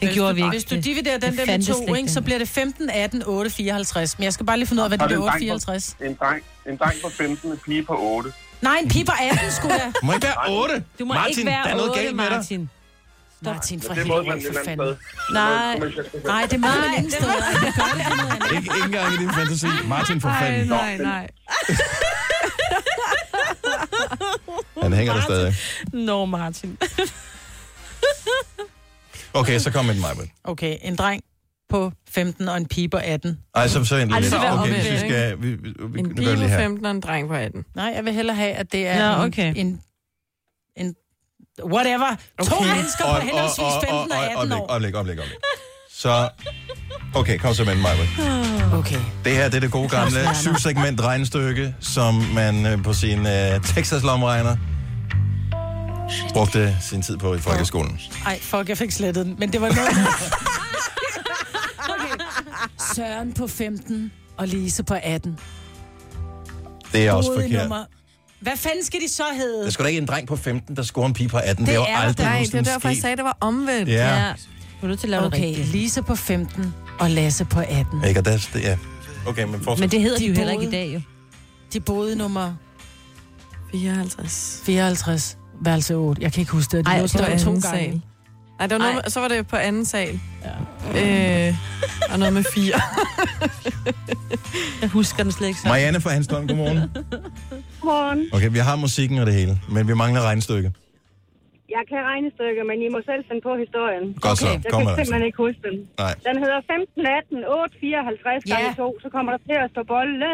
Det
Hvis
gjorde
du,
vi ikke.
Hvis du
Det-
dividerer den
det
der med
fandtes slet
to, ikke,
ikke.
så bliver det 15, 18, 8, 54. Men jeg skal bare lige finde ud af, hvad det
Så er
bliver
en
8,
dreng på-
54.
En dreng, en dreng på 15, en pige på 8.
Nej, en pige på 18 skulle jeg.
Må ikke være 8.
Du må ikke Martin, være der er noget 8, galt med dig. Martin.
Martin.
Martin, for
Det må man
helvede,
et
for
eller andet
fanden.
sted.
Nej, nej, det må man ingen steder. Det gør det.
Ikke, ikke engang i din fantasi. Martin for
Nej,
fanden.
nej, nej.
Han hænger der stadig.
Nå, Martin.
Okay, så kom en mig.
Okay, en dreng på 15 og en pige på 18.
Ej, så, så en
Ej, det
lidt.
skal være
Okay,
omvendt,
vi
ikke?
skal... Vi, vi, vi,
En
nu
pige
gør vi
på
lige her.
15 og en dreng på 18.
Nej, jeg vil hellere have, at det er
Nå,
en-
okay.
en, en, whatever. To mennesker på henholdsvis 15 og 18 år.
Oplæg, oplæg, oplæg. Så... Okay, kom så med en mig.
Okay.
Det her det er det gode gamle
Claus Werner.
syvsegment regnestykke, som man øh, på sin øh, Texas-lomregner brugte sin tid på i folkeskolen.
Ej, fuck, jeg fik slettet den, men det var noget... okay. Søren på 15 og Lise på 18.
Det er også
Gode
forkert.
nummer. Hvad fanden skal de så hedde?
Der skulle da ikke en dreng på 15, der scorer en pige på 18. Det,
Det
er jo
er der
aldrig
da
der,
ikke.
nogensinde
Det er derfor, jeg
sket.
sagde,
Det var omvendt.
Ja.
Du er nødt til at lave det
okay,
rigtigt.
Lise på 15 og Lasse på 18.
Ikke, og der, det, ja. Okay, men fortsæt.
Men det hedder de, jo
boede-
heller ikke i dag, jo.
De boede i nummer
54.
54, værelse 8. Jeg kan ikke huske det. De
Ej,
lå
det var
stadig
anden sal. Nej, det var noget,
Ej.
med- så var det på anden sal. Ja. Øh, og noget med fire.
Jeg husker den slet ikke så.
Marianne fra Hanstholm, godmorgen.
Godmorgen.
Okay, vi har musikken og det hele, men vi mangler regnstykket.
Jeg kan regne stykker, men I må selv finde på historien.
Godt så.
Jeg
Kom med
kan
det.
simpelthen ikke huske den.
Nej.
Den hedder 15, 18, 8, 54
Ja.
gange 2, så kommer der til at stå bolle.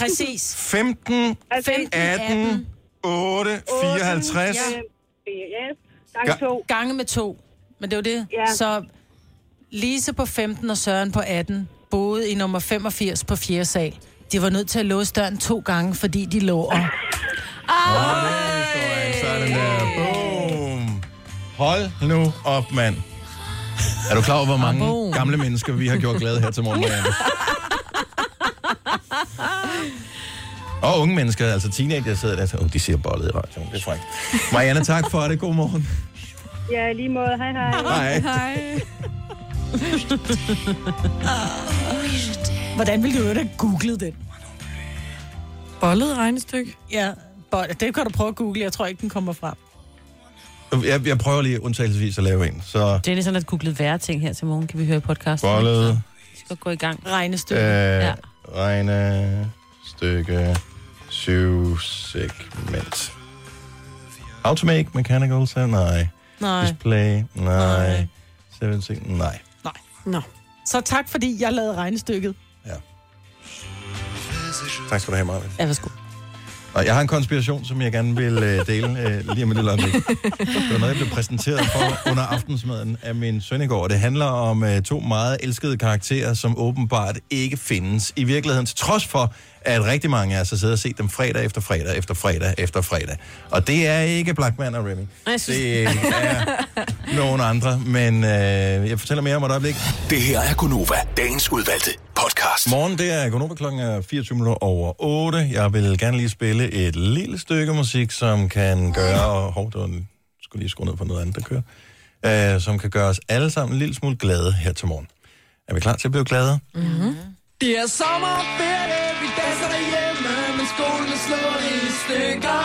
Præcis.
15,
15,
18, 8, 54.
Yes.
Ja.
Gange 2.
Gange med 2. Men det var det.
Ja.
Så Lise på 15 og Søren på 18 boede i nummer 85 på 4. sal. De var nødt til at låse døren to gange, fordi de lå og...
Sådan der. Boom. Hold nu op, mand. Er du klar over, hvor mange gamle mennesker, vi har gjort glade her til morgen, Marianne? Og unge mennesker, altså teenager, sidder der og siger, "Åh, de siger bollet i radioen. Det er frækt. Marianne, tak for det. God morgen.
Ja, i lige måde. Hej, hej.
Hej.
hej.
Hvordan ville du have googlet den?
Bollet regnestykke?
Ja, bolle. det kan du prøve at google. Jeg tror ikke, den kommer frem.
Jeg, jeg prøver lige undtagelsesvis at lave en. Så
Det er lidt sådan, at googlet værre ting her til morgen, kan vi høre i podcasten.
bollet.
Vi skal gå i gang. Regnestykke.
Øh,
Ja.
regne, stykke, syv, segment. Automake, mechanical, så nej.
Nej.
Display, nej. Seven, six, nej.
Nå. Så tak, fordi jeg lavede regnestykket.
Tak skal du have, Marvin.
Ja, værsgo.
Og jeg har en konspiration, som jeg gerne vil øh, dele øh, lige om et lille øjeblik. Det var noget, jeg blev præsenteret for under aftensmaden af min søn i går. Det handler om øh, to meget elskede karakterer, som åbenbart ikke findes i virkeligheden, til trods for, at rigtig mange af os har siddet og set dem fredag efter fredag efter fredag efter fredag. Og det er ikke Blackman og Remy. Det er nogen andre, men øh, jeg fortæller mere om et øjeblik.
Det her er Gunova, dagens udvalgte podcast.
Morgen, det er Gonova klokken er 24 minutter over 8. Jeg vil gerne lige spille et lille stykke musik, som kan gøre... Og, hov, det var en, skulle lige skrue ned på noget andet, der kører. Øh, som kan gøre os alle sammen en lille smule glade her til morgen. Er vi klar til at blive glade?
Mm-hmm. Det er sommerferie, vi danser derhjemme, men skolen er slået i stykker.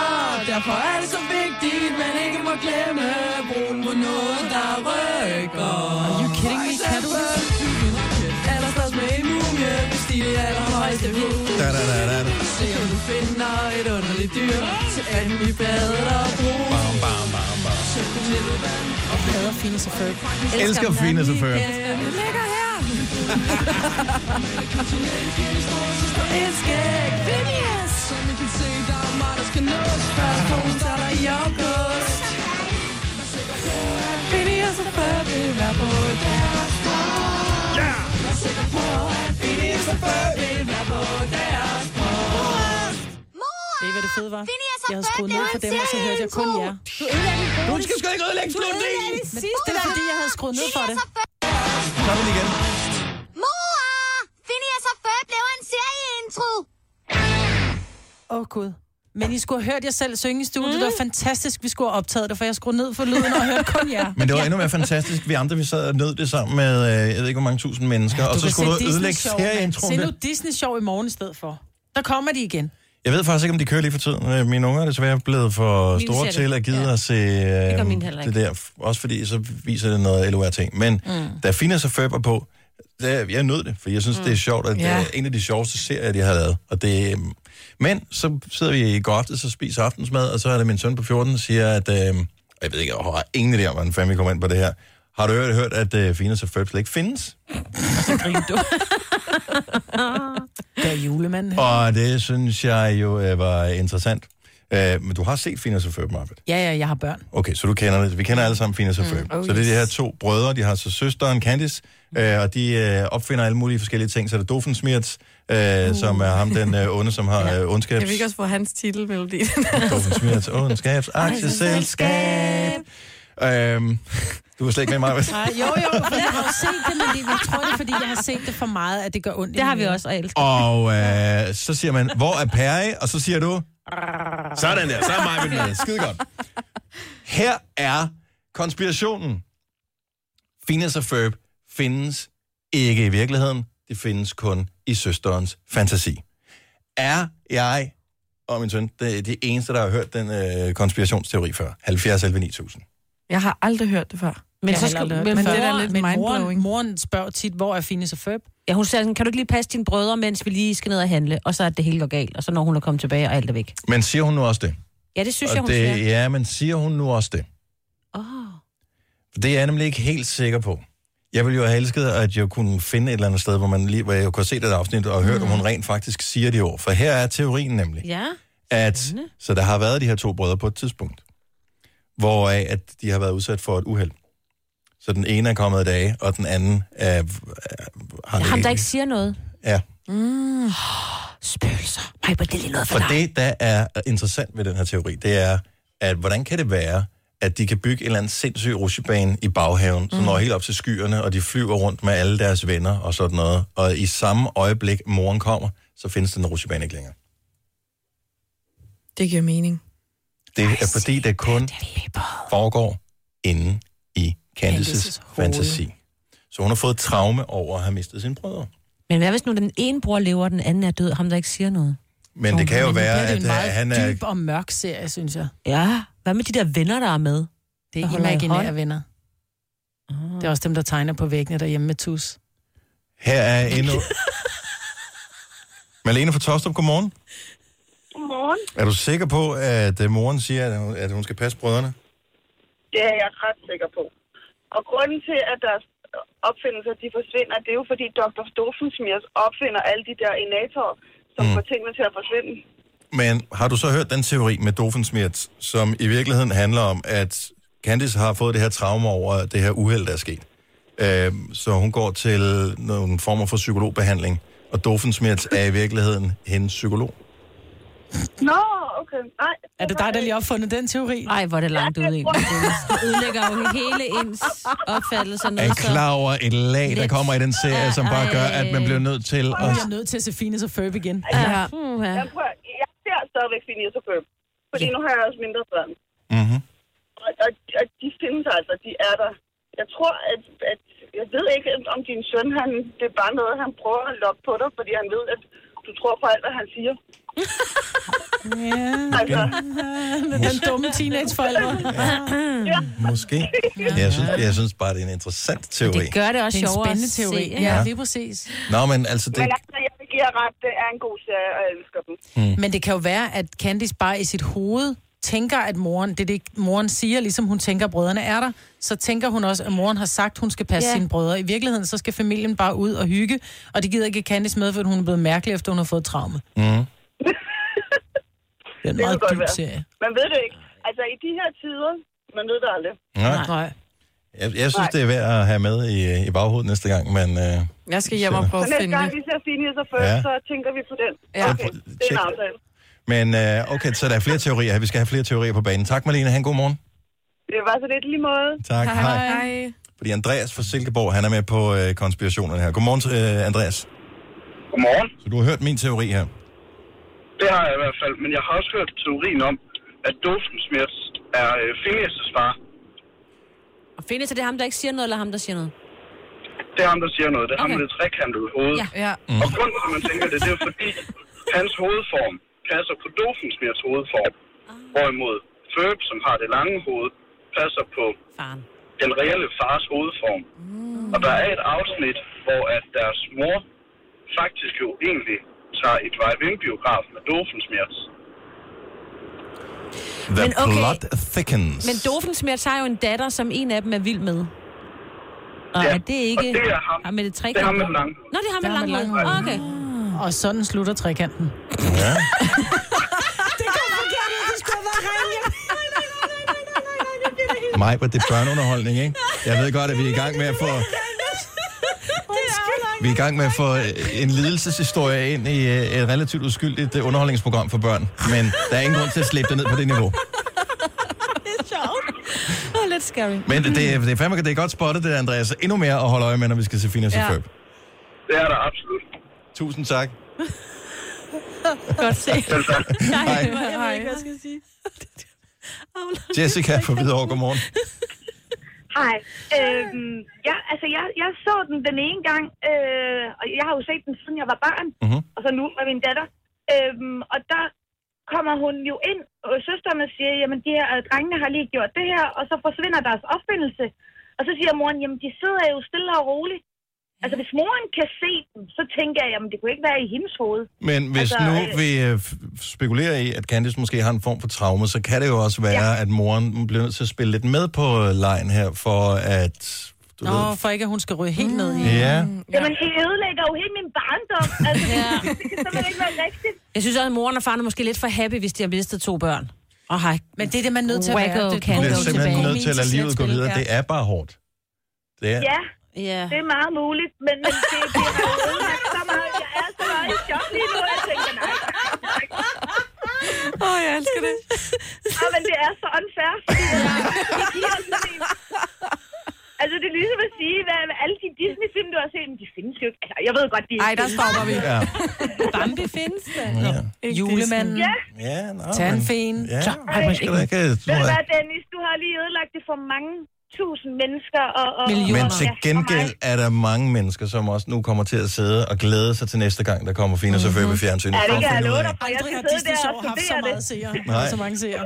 Derfor er det så vigtigt, man ikke må glemme, brug på noget, der rykker. Are you kidding me? Kan du Allerstørst med en mumie, hvis de er allerhøjeste
Da, da, da, da, da.
Se om du finder et underligt dyr, til anden i badet og brug.
Bam, bam, bam, bam.
Og hader fine chauffør.
Elsker fine chauffører.
Det ligger her. Et skæg Phineas. Som I kan se, der er meget, der skal nås. Spørgsmål starter i august. Phineas og Ferb vil være på deres sprog. Vær sikker på, at Phineas og Ferb vil være på deres sprog.
Ved I, hvad det fede var? Jeg havde skruet ned for dem, og så hørte jeg kun jer.
Du ødelægger min gode
Du skal sgu ikke ødelægge slutningen!
Sidst,
er
det var fordi, jeg havde skruet ned for det.
Så er vi igen.
Mor! Finder jeg så før blev en serieintro!
Åh, oh, Gud. Men I skulle have hørt jer selv synge i studiet. Mm. Det var fantastisk, vi skulle have optaget det, for jeg skruede ned for lyden og hørte kun jer.
Men det var endnu mere fantastisk. Vi andre, vi sad og nød det sammen med, øh, jeg ved ikke, hvor mange tusind mennesker. Ja, og så skulle du ødelægge
Se nu
serieintroen.
Disney-show i morgen i stedet for. Der kommer de igen.
Jeg ved faktisk ikke, om de kører lige for tiden. Øh, Mine unger er desværre blevet for
Mine
store
ser det.
til at give ja. at se
gør
øh,
mine heller
det der. Også fordi, så viser det noget LOR-ting. Men mm. da Finas og Ferber på, der, jeg nød det, for jeg synes, mm. det er sjovt, at ja. det
Ja.
er en af de sjoveste serier, de har lavet. Og det, øh, men så sidder vi i går aftes og spiser aftensmad, og så er det min søn på 14, der siger, at... Øh, og jeg ved ikke, jeg har ingen idé om, hvordan fanden vi kommer ind på det her. Har du hørt, hørt at øh, Finas og Ferb slet ikke findes?
Der er julemanden her.
Og det synes jeg jo øh, var interessant. Øh, men du har set Finas og Ferb, Marvitt.
Ja, ja, jeg har børn.
Okay, så du kender det. Vi kender alle sammen Finas og
Mm,
Ferb.
oh
så det er de
yes. Mm.
her to brødre, de har så søsteren Candice, øh, og de øh, opfinder alle mulige forskellige ting. Så er der Doofensmirts, øh, uh. som er ham den øh, onde, som har øh, ondskabs...
Jeg vil ikke også få hans titelmelodi.
Doofensmirts ondskabs aktieselskab. Øhm, du var slet ikke med mig, vel?
Nej, jo, jo, for jeg har jo set det, men det, jeg tror det, er, fordi jeg har set det for meget, at det gør ondt. Det har vi også,
og elsker.
Og øh, så siger man, hvor er Perry? Og så siger du, sådan der, så er mig med. Skide godt. Her er konspirationen. Phineas og Ferb findes ikke i virkeligheden. Det findes kun i søsterens fantasi. Er jeg og min søn det, de eneste, der har hørt den øh, konspirationsteori før? 70 11 9000.
Jeg har aldrig hørt det før.
Men,
Jeg
så
har
skal,
aldrig
men, men
hørt det. Men
mor,
det er da lidt
men moren,
mindblowing.
moren spørger tit, hvor er Phineas og Ferb?
Ja, hun sagde sådan, kan du ikke lige passe dine brødre, mens vi lige skal ned og handle? Og så er det hele går galt, og så når hun er kommet tilbage, og alt er væk.
Men siger hun nu også det?
Ja, det synes
og
jeg, hun
det,
siger.
Ja, men siger hun nu også det?
Åh.
For Det er jeg nemlig ikke helt sikker på. Jeg ville jo have elsket, at jeg kunne finde et eller andet sted, hvor, man lige, hvor jeg kunne se det der afsnit og høre, mm. om hun rent faktisk siger de ord. For her er teorien nemlig,
Ja.
at så der har været de her to brødre på et tidspunkt, hvoraf at de har været udsat for et uheld. Så den ene er kommet af dage, og den anden er, er, har det
Ham, der
egentlig-
ikke siger noget.
Ja.
Mm. Spøgelser. Nej, hvor er det lige noget for
For
dig.
det, der er interessant ved den her teori, det er, at hvordan kan det være, at de kan bygge en eller anden sindssyg rutsjebane i baghaven, mm. som når helt op til skyerne, og de flyver rundt med alle deres venner og sådan noget. Og i samme øjeblik, moren kommer, så findes den rutsjebane ikke længere.
Det giver mening.
Det er fordi, det kun foregår inde i Candices
Candices hoved.
fantasi. Så hun har fået traume over at have mistet sine brødre.
Men hvad hvis nu den ene bror lever, og den anden er død, og ham der ikke siger noget?
Men det kan jo være,
det er
at
en
øh,
meget
han er...
dyb og mørk serie, synes jeg.
Ja, hvad med de der venner, der er med?
Det
Der
er
holder i
imaginære
hånd.
venner.
Ah.
Det er også dem, der tegner på væggene derhjemme med tus.
Her er endnu... Malene fra Tostrup, godmorgen.
Godmorgen.
Er du sikker på, at øh, moren siger, at hun, at hun skal passe brødrene?
Det er jeg ret sikker på. Og grunden til, at deres opfindelser de forsvinder, det er jo fordi Dr. Stofensmiers opfinder alle de der inatorer, som mm. får tingene til at forsvinde.
Men har du så hørt den teori med Dofensmirt, som i virkeligheden handler om, at Candice har fået det her trauma over det her uheld, der er sket. Øh, så hun går til nogle former for psykologbehandling, og Dofensmirt er i virkeligheden hendes psykolog.
Nå, okay. Nej,
Er det dig, der lige har opfundet den teori?
Nej, hvor er det langt ude egentlig. Det ødelægger jo hele ens opfattelse. af
Er I
Noget,
klar over et lag, der
Lidt.
kommer i den serie, altså, som bare gør, at man bliver nødt til
Og
at...
jeg er nødt til at se Phineas og Ferb igen.
Ja.
Uh-huh.
Jeg, prøver, jeg ser stadigvæk Phineas og Ferb, fordi nu har jeg også mindre børn.
Mm-hmm.
Og, og, og de findes altså, de er der. Jeg tror, at, at jeg ved ikke, om din søn, han, det er bare noget, han prøver at lokke på dig, fordi han ved, at du tror på alt, hvad han siger.
Ja.
Altså,
Med den dumme teenageforældre.
ja.
Måske. Jeg synes, jeg synes bare, det er en interessant teori.
det gør det også
Det er en
sjovere
spændende teori.
At se,
Ja,
Ja.
lige præcis.
Nå, men altså, det,
Men altså, jeg vil give jer ret, øh, det er en god serie, og jeg elsker den.
Mm. Men det kan jo være, at Candice bare i sit hoved tænker, at moren, det er det, moren siger, ligesom hun tænker, at brødrene er der, så tænker hun også, at moren har sagt, at hun skal passe
Ja.
yeah. sine brødre. I virkeligheden, så skal familien bare ud og hygge, og det gider ikke Candice med, for hun er blevet mærkelig, efter hun har fået traume.
Mm. det
er en
Det
meget
kan godt
dyb
være.
serie.
Man ved det ikke. Altså, i de her tider, man ved det aldrig.
Nej.
Nej.
Jeg, jeg synes, det er værd at have med i, i baghovedet næste gang, men... Øh,
Jeg skal hjem og prøve
Så
at
næste
finde
gang
det.
vi ser Phineas og Ferb,
Ja.
ja. så tænker vi på den.
Ja.
Okay, det er en aftale.
men øh, okay, så der er flere teorier her. Vi skal have flere teorier på banen. Tak, Malene. Han, god morgen.
Det var så lidt lige måde.
Tak, Hej. hej.
hej.
Fordi Andreas fra Silkeborg, han er med på øh, konspirationerne her. Godmorgen, øh, Andreas.
Godmorgen.
Så du har hørt min teori her.
Det har jeg i hvert fald, men jeg har også hørt teorien om, at Dosenschmerz er øh, Phineas' far.
Og finde til det er ham, der ikke siger noget, eller ham, der siger noget?
Det er ham, der siger noget. Det er okay. ham med det trekantede hoved.
Ja. ja.
Mm. Og grunden til, at man tænker det, det er fordi, hans hovedform passer på Dosenschmerz hovedform. Hvorimod Ferb, som har det lange hoved, passer på
Faren.
den reelle fars hovedform. Mm. Og der er et afsnit, hvor at deres mor faktisk jo egentlig tager et drive-in-biograf med Dosenschmerz.
The
Men okay.
plot thickens.
Men Doofensmerz har jo en datter, som en af dem er vild med. Og ja. er det ikke...
og det er
ham. med det tre
Det er ham med den lange.
Nå, det har med lang
hud.
hud. Ah, Okay.
Og sådan slutter trekanten.
Ja.
det kom forkert ud, det skulle have været ringe.
Mig, det er børneunderholdning, ikke? Jeg ved godt, at vi er i gang med at få... Vi er i gang med at få øh, en lidelseshistorie ind i øh, et relativt uskyldigt øh, underholdningsprogram for børn. Men der er ingen grund til at slæbe det ned på det niveau.
det er sjovt. Og lidt scary. Mm.
Men det, det, er- det er fandme det er godt spottet, det der, Andreas. Endnu mere at holde øje med, når vi skal se Finas
Ja.
ja.
Det er der absolut.
Tusind tak.
Godt se. Nej,
Hej.
jeg ved ikke, hvad jeg skal sige.
Jessica fra Hvidovre, godmorgen.
Hej. Øhm, ja, altså, jeg, jeg så den den ene gang, øh, og jeg har jo set den, siden jeg var barn,
mm-hmm.
og så nu med min datter. Øhm, og der kommer hun jo ind, og søsterne siger, jamen, de her øh, drengene har lige gjort det her, og så forsvinder deres opfindelse. Og så siger moren, jamen, de sidder jo stille og roligt. Altså, hvis moren kan se dem, så tænker jeg, jamen, det kunne ikke være i hendes hoved.
Men hvis
altså,
altså, nu
øh,
vi øh, f- spekulerer i, at Candice måske har en form for traume, så kan det jo også være, ja. at moren bliver nødt til at spille lidt med på øh, lejen her, for at... Du Nå,
Nå,
ved,
for ikke, at hun skal ryge helt ned i.
Ja.
Jamen, I ødelægger jo hele min barndom. Altså, ja. det kan simpelthen ikke være rigtigt.
Jeg synes også, at moren og faren er måske lidt for happy, hvis de har mistet to børn. Og har
Men det er det, man er nødt til at være. Det er
du
kan
bliver
gå
simpelthen
tilbage.
nødt til at lade livet gå videre. Det er bare hårdt. Det er,
Ja.
ja,
det er meget muligt, men, men det, det har jo ødelagt så meget. Jeg er så meget i chok lige nu, jeg tænker, nej.
Åh, oh, jeg elsker det.
Ah, men det er så unfair, fordi jeg- det giver sådan en- Altså, det er ligesom at sige, hvad, hvad alle de Disney-film, du har set, men de findes jo ikke. Altså, jeg ved godt, de ikke
Ej, der
findes.
stopper vi.
Ja.
Bambi findes da.
Ja.
Julemanden.
Ja.
Ja, nå,
Tandfeen.
men- Ja,
Klar.
Ej, man skal da ikke...
Ved du hvad, Dennis, du har lige ødelagt det for mange tusind mennesker. Og, og,
Men
og-
til
ja, for
gengæld
mig.
er der mange mennesker, som også nu kommer til at sidde og glæde sig til næste gang, der kommer Fina og Føbe fjernsynet.
Mhm. Ja,
for
det kan
at
jeg
finde ud
love
af-
dig, for jeg
Aldrig
skal
har
sidde
Disney
der og
Sjov haft så
studere
meget
det.
seere.
Nej.
Og så mange seere.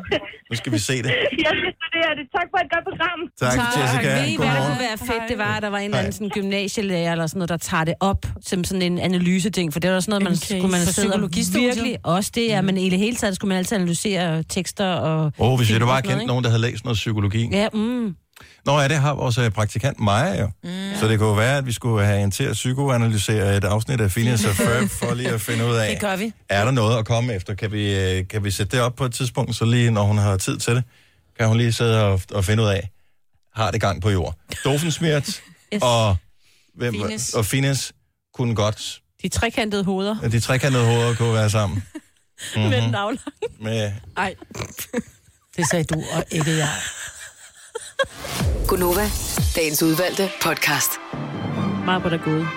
Nu skal vi se det.
Jeg skal studere det. Tak for et godt program.
Tak, Jessica.
Ved I, hvad der
Godmorgen.
kunne være fedt, det var, at der var en eller anden sådan, gymnasielærer eller sådan noget, der tager det op som sådan en analyseting, for det var sådan noget, man
Okay.
skulle man
For
sidde og
psykologistudiet.
virkelig også det, ja, men i det hele taget skulle man altid analysere tekster og...
Mm. Åh, oh, hvis jeg
film
da
og
bare
sådan noget,
kendte nogen, der havde læst noget psykologi.
ikke? Ja, mm.
Nå ja, det har vores øh, praktikant Maja jo. Mm. Så det kunne jo være, at vi skulle have en til at psykoanalysere et afsnit af Phineas og Ferb, for lige at finde ud af,
Det gør vi.
er der noget at komme efter? Kan vi, øh, kan vi sætte det op på et tidspunkt, så lige når hun har tid til det, kan hun lige sidde og, og finde ud af, har det gang på jord. Dofensmert yes.
Yes.
og, hvem,
Phineas.
og Phineas kunne godt,
De trekantede hoveder.
at de trekantede hoveder kunne være sammen.
Mm-hmm.
Mhm.
Med den aflange.
Med,
Ej.
Det sagde du, og ikke jeg.
Gunova, dagens udvalgte podcast.
Meget på der gode.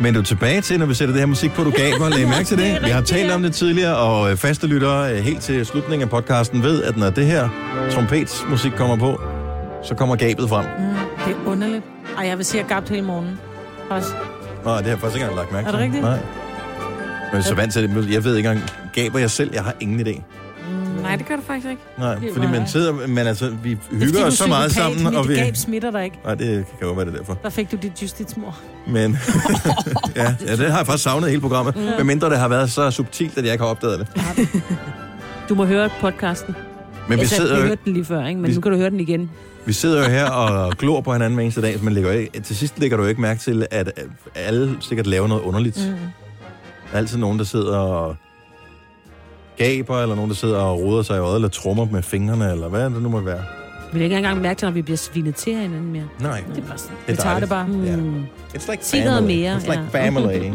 Men du er tilbage til, når vi sætter det her musik på, du gaber. Læg mærke til det. Vi har talt om det tidligere, og øh, faste lyttere øh, helt til slutningen af podcasten ved, at når det her trompetsmusik kommer på, så kommer gabet frem.
Det er underligt. Ej, jeg vil sige, at jeg gabt hele morgenen. Også.
Nå, det har jeg faktisk ikke engang lagt mærke
Er
til.
det rigtigt?
Nej. Jeg er så vant til det. Jeg ved ikke engang, gaber jeg selv? Jeg har ingen idé.
Mm,
Nej, det gør du faktisk ikke.
Nej,
Det er
fordi man
meget-
sidder, men altså, vi hygger os så meget sammen, og vi...
gab smitter dig ikke.
Nej, det kan jo være det er derfor.
Der fik du dit justitsmor.
Men ja, ja, det har jeg faktisk savnet hele programmet.
Mm.
Medmindre det har været så subtilt, at jeg ikke har opdaget det.
Du må høre podcasten.
Men vi
altså,
sidder
Jeg
jo-
hørte den lige før, ikke? men
Vi-
nu kan du høre den igen.
Vi sidder jo her og glor på hinanden hver eneste dag, så man lægger jo ikke, til sidst lægger du jo ikke mærke til, at alle sikkert laver noget underligt.
Mm-hmm.
Mm. Der er altid nogen, der sidder og gaber, eller nogen, der sidder og roder sig i øjet, eller trummer med fingrene, eller hvad det nu må være.
Vi vil ikke engang mærke til, når vi bliver svinet til af hinanden mere.
Nej.
Det er bare sådan.
Det
vi
er
tager det
dejligt.
bare.
Ja.
Mm.
It's like
Sig noget
family.
mere,
It's like
ja.
family.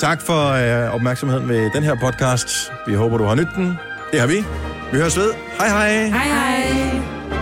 Tak for øh, opmærksomheden ved den her podcast. Vi håber, du har nydt den. Det har vi. Vi høres ved. Hej hej.
Hej hej.